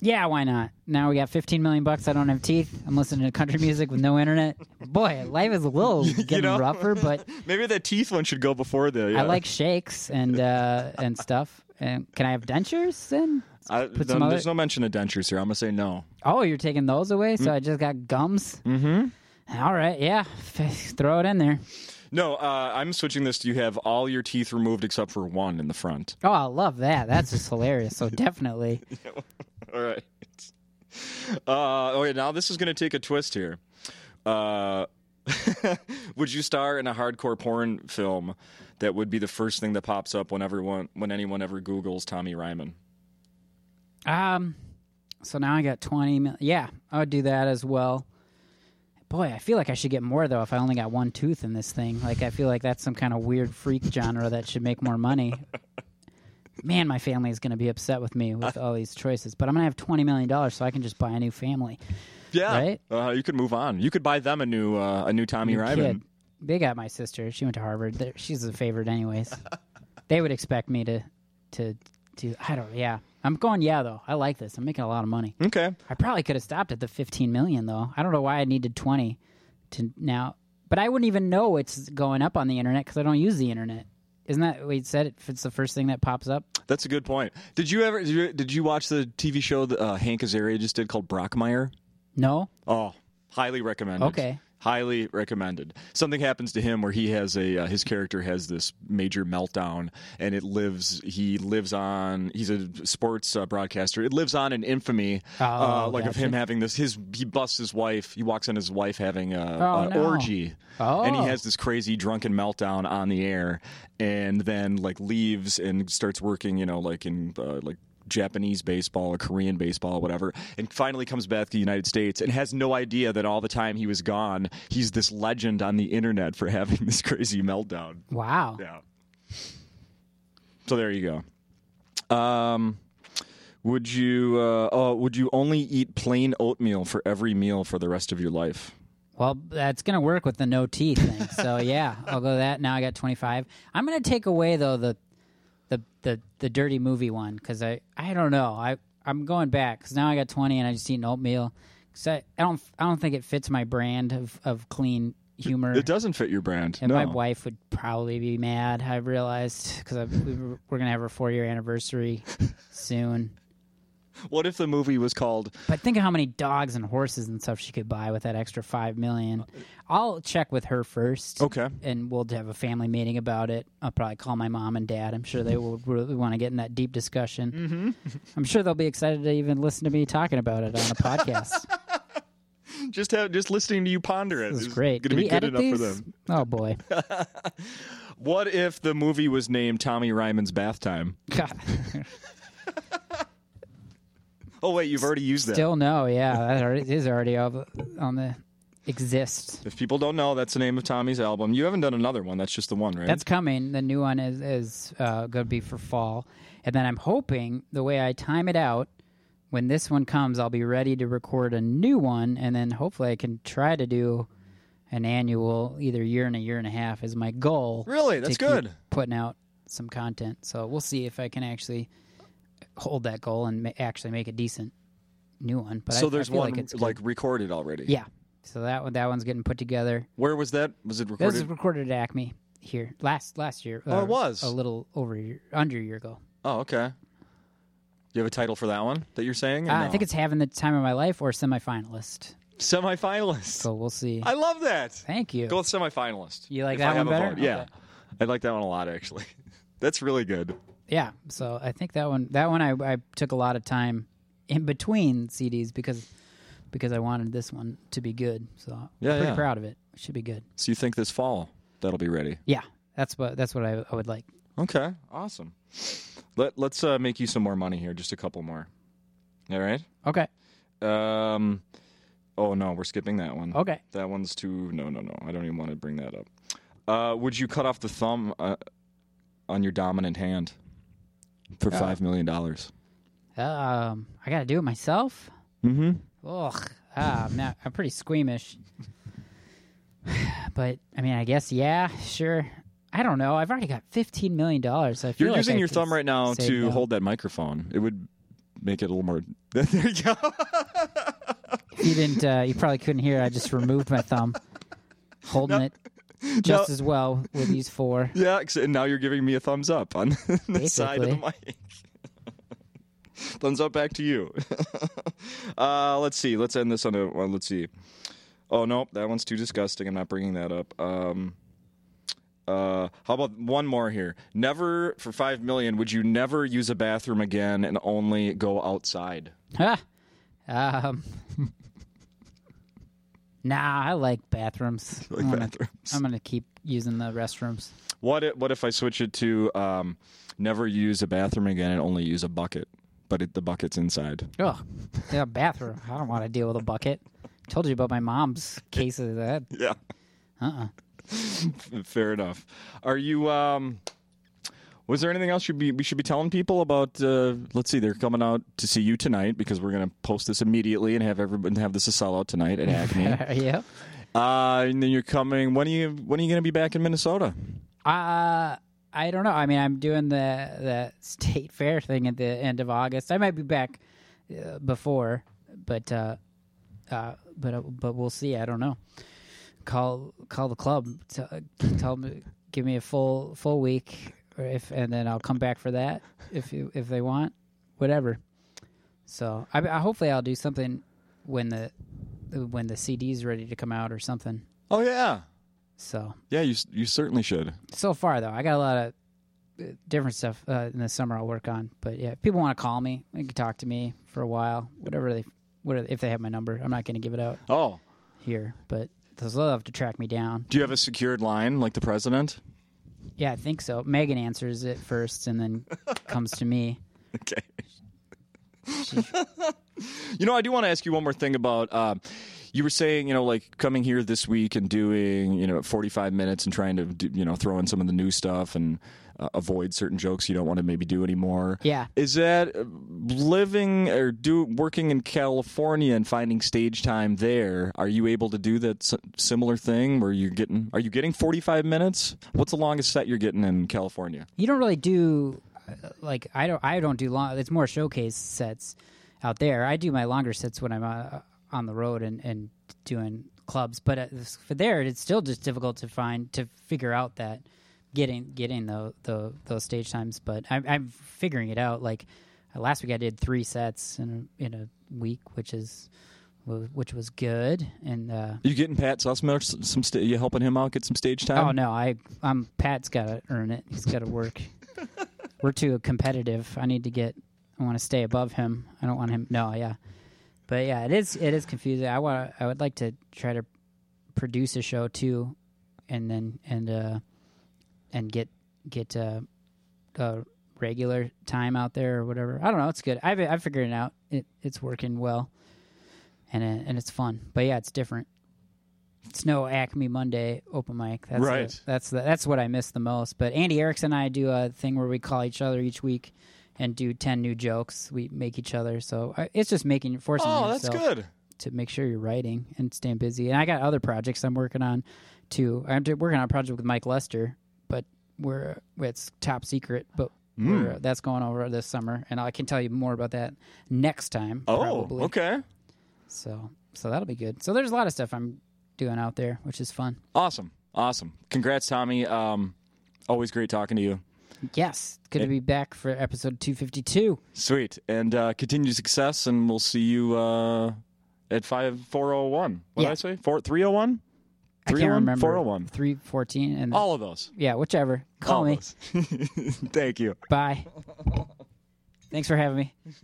Yeah, why not? Now we got fifteen million bucks, I don't have teeth. I'm listening to country music with no internet. Boy, life is a little getting
know?
rougher, but
Maybe that teeth one should go before the yeah.
I like shakes and uh and stuff. And can I have dentures then?
I-
put
no,
some other-
there's no mention of dentures here. I'm gonna say no.
Oh, you're taking those away? So I just got gums? Mm-hmm. All right, yeah. Throw it in there.
No, uh, I'm switching this. to You have all your teeth removed except for one in the front.
Oh, I love that. That's just hilarious. So definitely.
All right. Uh, okay, now this is gonna take a twist here. Uh, would you star in a hardcore porn film that would be the first thing that pops up when everyone when anyone ever Google's Tommy Ryman?
Um, so now I got twenty. Mil- yeah, I would do that as well. Boy, I feel like I should get more though. If I only got one tooth in this thing, like I feel like that's some kind of weird freak genre that should make more money. Man, my family is going to be upset with me with all these choices. But I'm going to have twenty million dollars, so I can just buy a new family.
Yeah,
Right?
Uh, you could move on. You could buy them a new uh, a new Tommy
Kid,
Ryman.
they got my sister. She went to Harvard. They're- She's a favorite, anyways. they would expect me to, to, to. I don't. Yeah, I'm going. Yeah, though. I like this. I'm making a lot of money.
Okay,
I probably could have stopped at the 15 million though. I don't know why I needed 20 to now, but I wouldn't even know it's going up on the internet because I don't use the internet. Isn't that we said? If it's the first thing that pops up,
that's a good point. Did you ever did you, did you watch the TV show that uh, Hank Azaria just did called Brockmire?
no.
Oh, highly recommended.
Okay.
Highly recommended. Something happens to him where he has a uh, his character has this major meltdown, and it lives. He lives on. He's a sports uh, broadcaster. It lives on in infamy, uh,
Oh,
like of
gotcha.
him having this. His he busts his wife. He walks on his wife having a,
Oh,
an
no.
orgy,
Oh.
and he has this crazy drunken meltdown on the air, and then like leaves and starts working. You know, like in uh, like Japanese baseball or Korean baseball, whatever, and finally comes back to the United States and has no idea that all the time he was gone, he's this legend on the internet for having this crazy meltdown.
Wow.
Yeah. So there you go. Um, would you uh, oh, would you only eat plain oatmeal for every meal for the rest of your life?
Well, that's gonna work with the no teeth thing. so yeah, I'll go that. Now I got 25. I'm gonna take away though the, the the the dirty movie one because I I don't know. I I'm going back because now I got 20 and I just eat an oatmeal. Cause I, I don't I don't think it fits my brand of of clean humor.
It doesn't fit your brand.
And
no.
my wife would probably be mad. I realized because we were- we're gonna have our four year anniversary soon.
What if the movie was called
But think of how many dogs and horses and stuff she could buy with that extra five
Uh,
million. I'll check with her first.
Okay.
And we'll have a family meeting about it. I'll probably call my mom and dad. I'm sure they will really want to get in that deep discussion. Mm-hmm. I'm sure they'll be excited to even listen to me talking about it on a podcast.
just have just listening to you ponder it?
this is
is
great.
Going to
Do
be
we
good
edit
enough
these?
for them.
Oh boy.
What if the movie was named Tommy Ryman's Bath Time?
God.
Oh wait, you've already used that.
Still no. Yeah, that already, is already on the, on the exists.
if people don't know, that's the name of Tommy's album. You haven't done another one. That's just the one, right?
That's coming. The new one is is uh, going to be for fall, and then I'm hoping the way I time it out, when this one comes, I'll be ready to record a new one, and then hopefully I can try to do an annual, either year and a year and a half, is my goal.
Really?
to
That's
keep
good.
Putting out some content, so we'll see if I can actually hold that goal and ma- actually make a decent new one. But I-
so
I
there's
feel
one
like, it's good.
like recorded already.
yeah. So that one, that one's getting put together.
Where was that? Was it
This
recorded?
is recorded at Acme here last last year.
Oh, it
or
was.
a little over a year, under a year ago.
Oh, okay. You have a title for that one that you're saying? or
Uh, I
no?
think it's having the time of my life or semifinalist.
semifinalist.
So we'll see.
I love that.
Thank you.
Go with semifinalist.
You like
if
that
I have
one
a
better?
vote. Yeah,
Okay.
I like that one a lot actually. That's really good.
Yeah. So I think that one that one I, I took a lot of time in between CDs because because I wanted this one to be good. So I'm
Yeah,
pretty
yeah.
proud of it. It should be good.
So you think this fall that'll be ready?
Yeah. That's what that's what I, I would like.
Okay, awesome. Let Let's uh, make you some more money here. Just a couple more. All right.
Okay.
Um. Oh no, we're skipping that one.
Okay.
That one's too. No, no, no. I don't even want to bring that up. Uh, would you cut off the thumb uh, on your dominant hand for five million dollars?
Um, I got to do it myself.
Mm-hmm.
Ugh. Ah, I'm, not, I'm pretty squeamish. but I mean, I guess yeah, sure. I don't know. I've already got fifteen million dollars. I feel
You're
like
using
I
your
could
thumb right now
save
to
that.
hold that microphone. It would make it a little more. there you go.
If you didn't. Uh, you probably couldn't hear. I just removed my thumb, holding it just as well with these four.
Yeah, ex- and now you're giving me a thumbs up on the side of the
Basically.
mic. thumbs up back to you. uh, let's see. Let's end this on a. Well, let's see. Oh no, that one's too disgusting. I'm not bringing that up. Um, uh, how about one more here? Never for five million. Would you never use a bathroom again and only go outside?
Ah, um. Nah, I like bathrooms.
Like
I'm, gonna,
bathrooms.
I'm gonna keep using the restrooms.
What if, what if I switch it to um, never use a bathroom again and only use a bucket but it, the bucket's inside.
Ugh, yeah, bathroom. I don't want to deal with a bucket. Told you about my mom's case of that.
Yeah. Uh-uh. Fair enough. Are you um was there anything else should be we should be telling people about uh let's see, they're coming out to see you tonight because we're gonna post this immediately and have everyone have this a sellout tonight at Acme.
yep.
uh and then you're coming when are you when are you gonna be back in Minnesota?
Uh, I don't know. I mean, I'm doing the the state fair thing at the end of August. I might be back uh, before, but uh, uh, but uh, but we'll see. I don't know. Call call the club. T- uh, tell them give me a full full week, or if and then I'll come back for that if you, if they want, whatever. So I, I hopefully I'll do something when the when the CD's ready to come out or something.
Oh yeah.
So
Yeah, you s- you certainly should.
so far though i got a lot of uh, different stuff uh, in the summer i'll work on but yeah if people want to call me they can talk to me for a while whatever they whatever, if they have my number i'm not going to give it out
Oh.
here but those will have to track me down
Do you have a secured line like the president?
yeah i think so megan answers it first and then comes to me
Okay. you know, I do want to ask you one more thing about. Um, you were saying, you know, like coming here this week and doing, you know, 45 minutes and trying to, do, you know, throw in some of the new stuff and uh, avoid certain jokes you don't want to maybe do anymore.
Yeah.
Is that uh, living or do working in California and finding stage time there? Are you able to do that s- similar thing where you're getting? Are you getting 45 minutes? What's the longest set you're getting in California?
you don't really do uh, like I don't I don't do long. It's more showcase sets out there. I do my longer sets when I'm uh, on the road and and doing clubs. But uh, for there, it's still just difficult to find to figure out that getting getting the, the those stage times. But I'm I'm figuring it out. Like uh, last week, I did three sets in a, in a week, which is which was good and. uh
You getting Pat Sussman some? Sta- you helping him out get some stage time?
Oh no, I I'm Pat's got to earn it. He's got to work. We're too competitive. I need to get. I want to stay above him. I don't want him. No, yeah, but yeah, it is it is confusing. I want. I would like to try to produce a show too, and then and uh and get get uh, uh regular time out there or whatever. I don't know. It's good. I've I've figured it out. It it's working well, and uh, and it's fun. But yeah, it's different. It's no Acme Monday open mic. That's
Right.
the- that's the, that's what I miss the most. But Andy Erickson and I do a thing where we call each other each week and do ten new jokes. We make each other. So I, it's just making forcing
Oh,
yourself
that's good.
to make sure you're writing and staying busy. And I got other projects I'm working on too. I'm do- working on a project with Mike Lester, but we're it's top secret, but we're, uh, that's going over this summer, and I can tell you more about that next time.
Oh,
probably.
okay.
So so that'll be good. So there's a lot of stuff I'm doing out there, which is fun.
Awesome. Awesome. Congrats, Tommy. Um, always great talking to you.
Yes, good to be back for episode 252.
Sweet. And uh, continued success, and we'll see you uh, at 5401. What
Yeah.
did I say? Four, 301?
I can't
301?
remember
401.
314 and
All of those.
yeah, whichever. Call
All
me.
of those. Thank you.
Bye. Thanks for having me.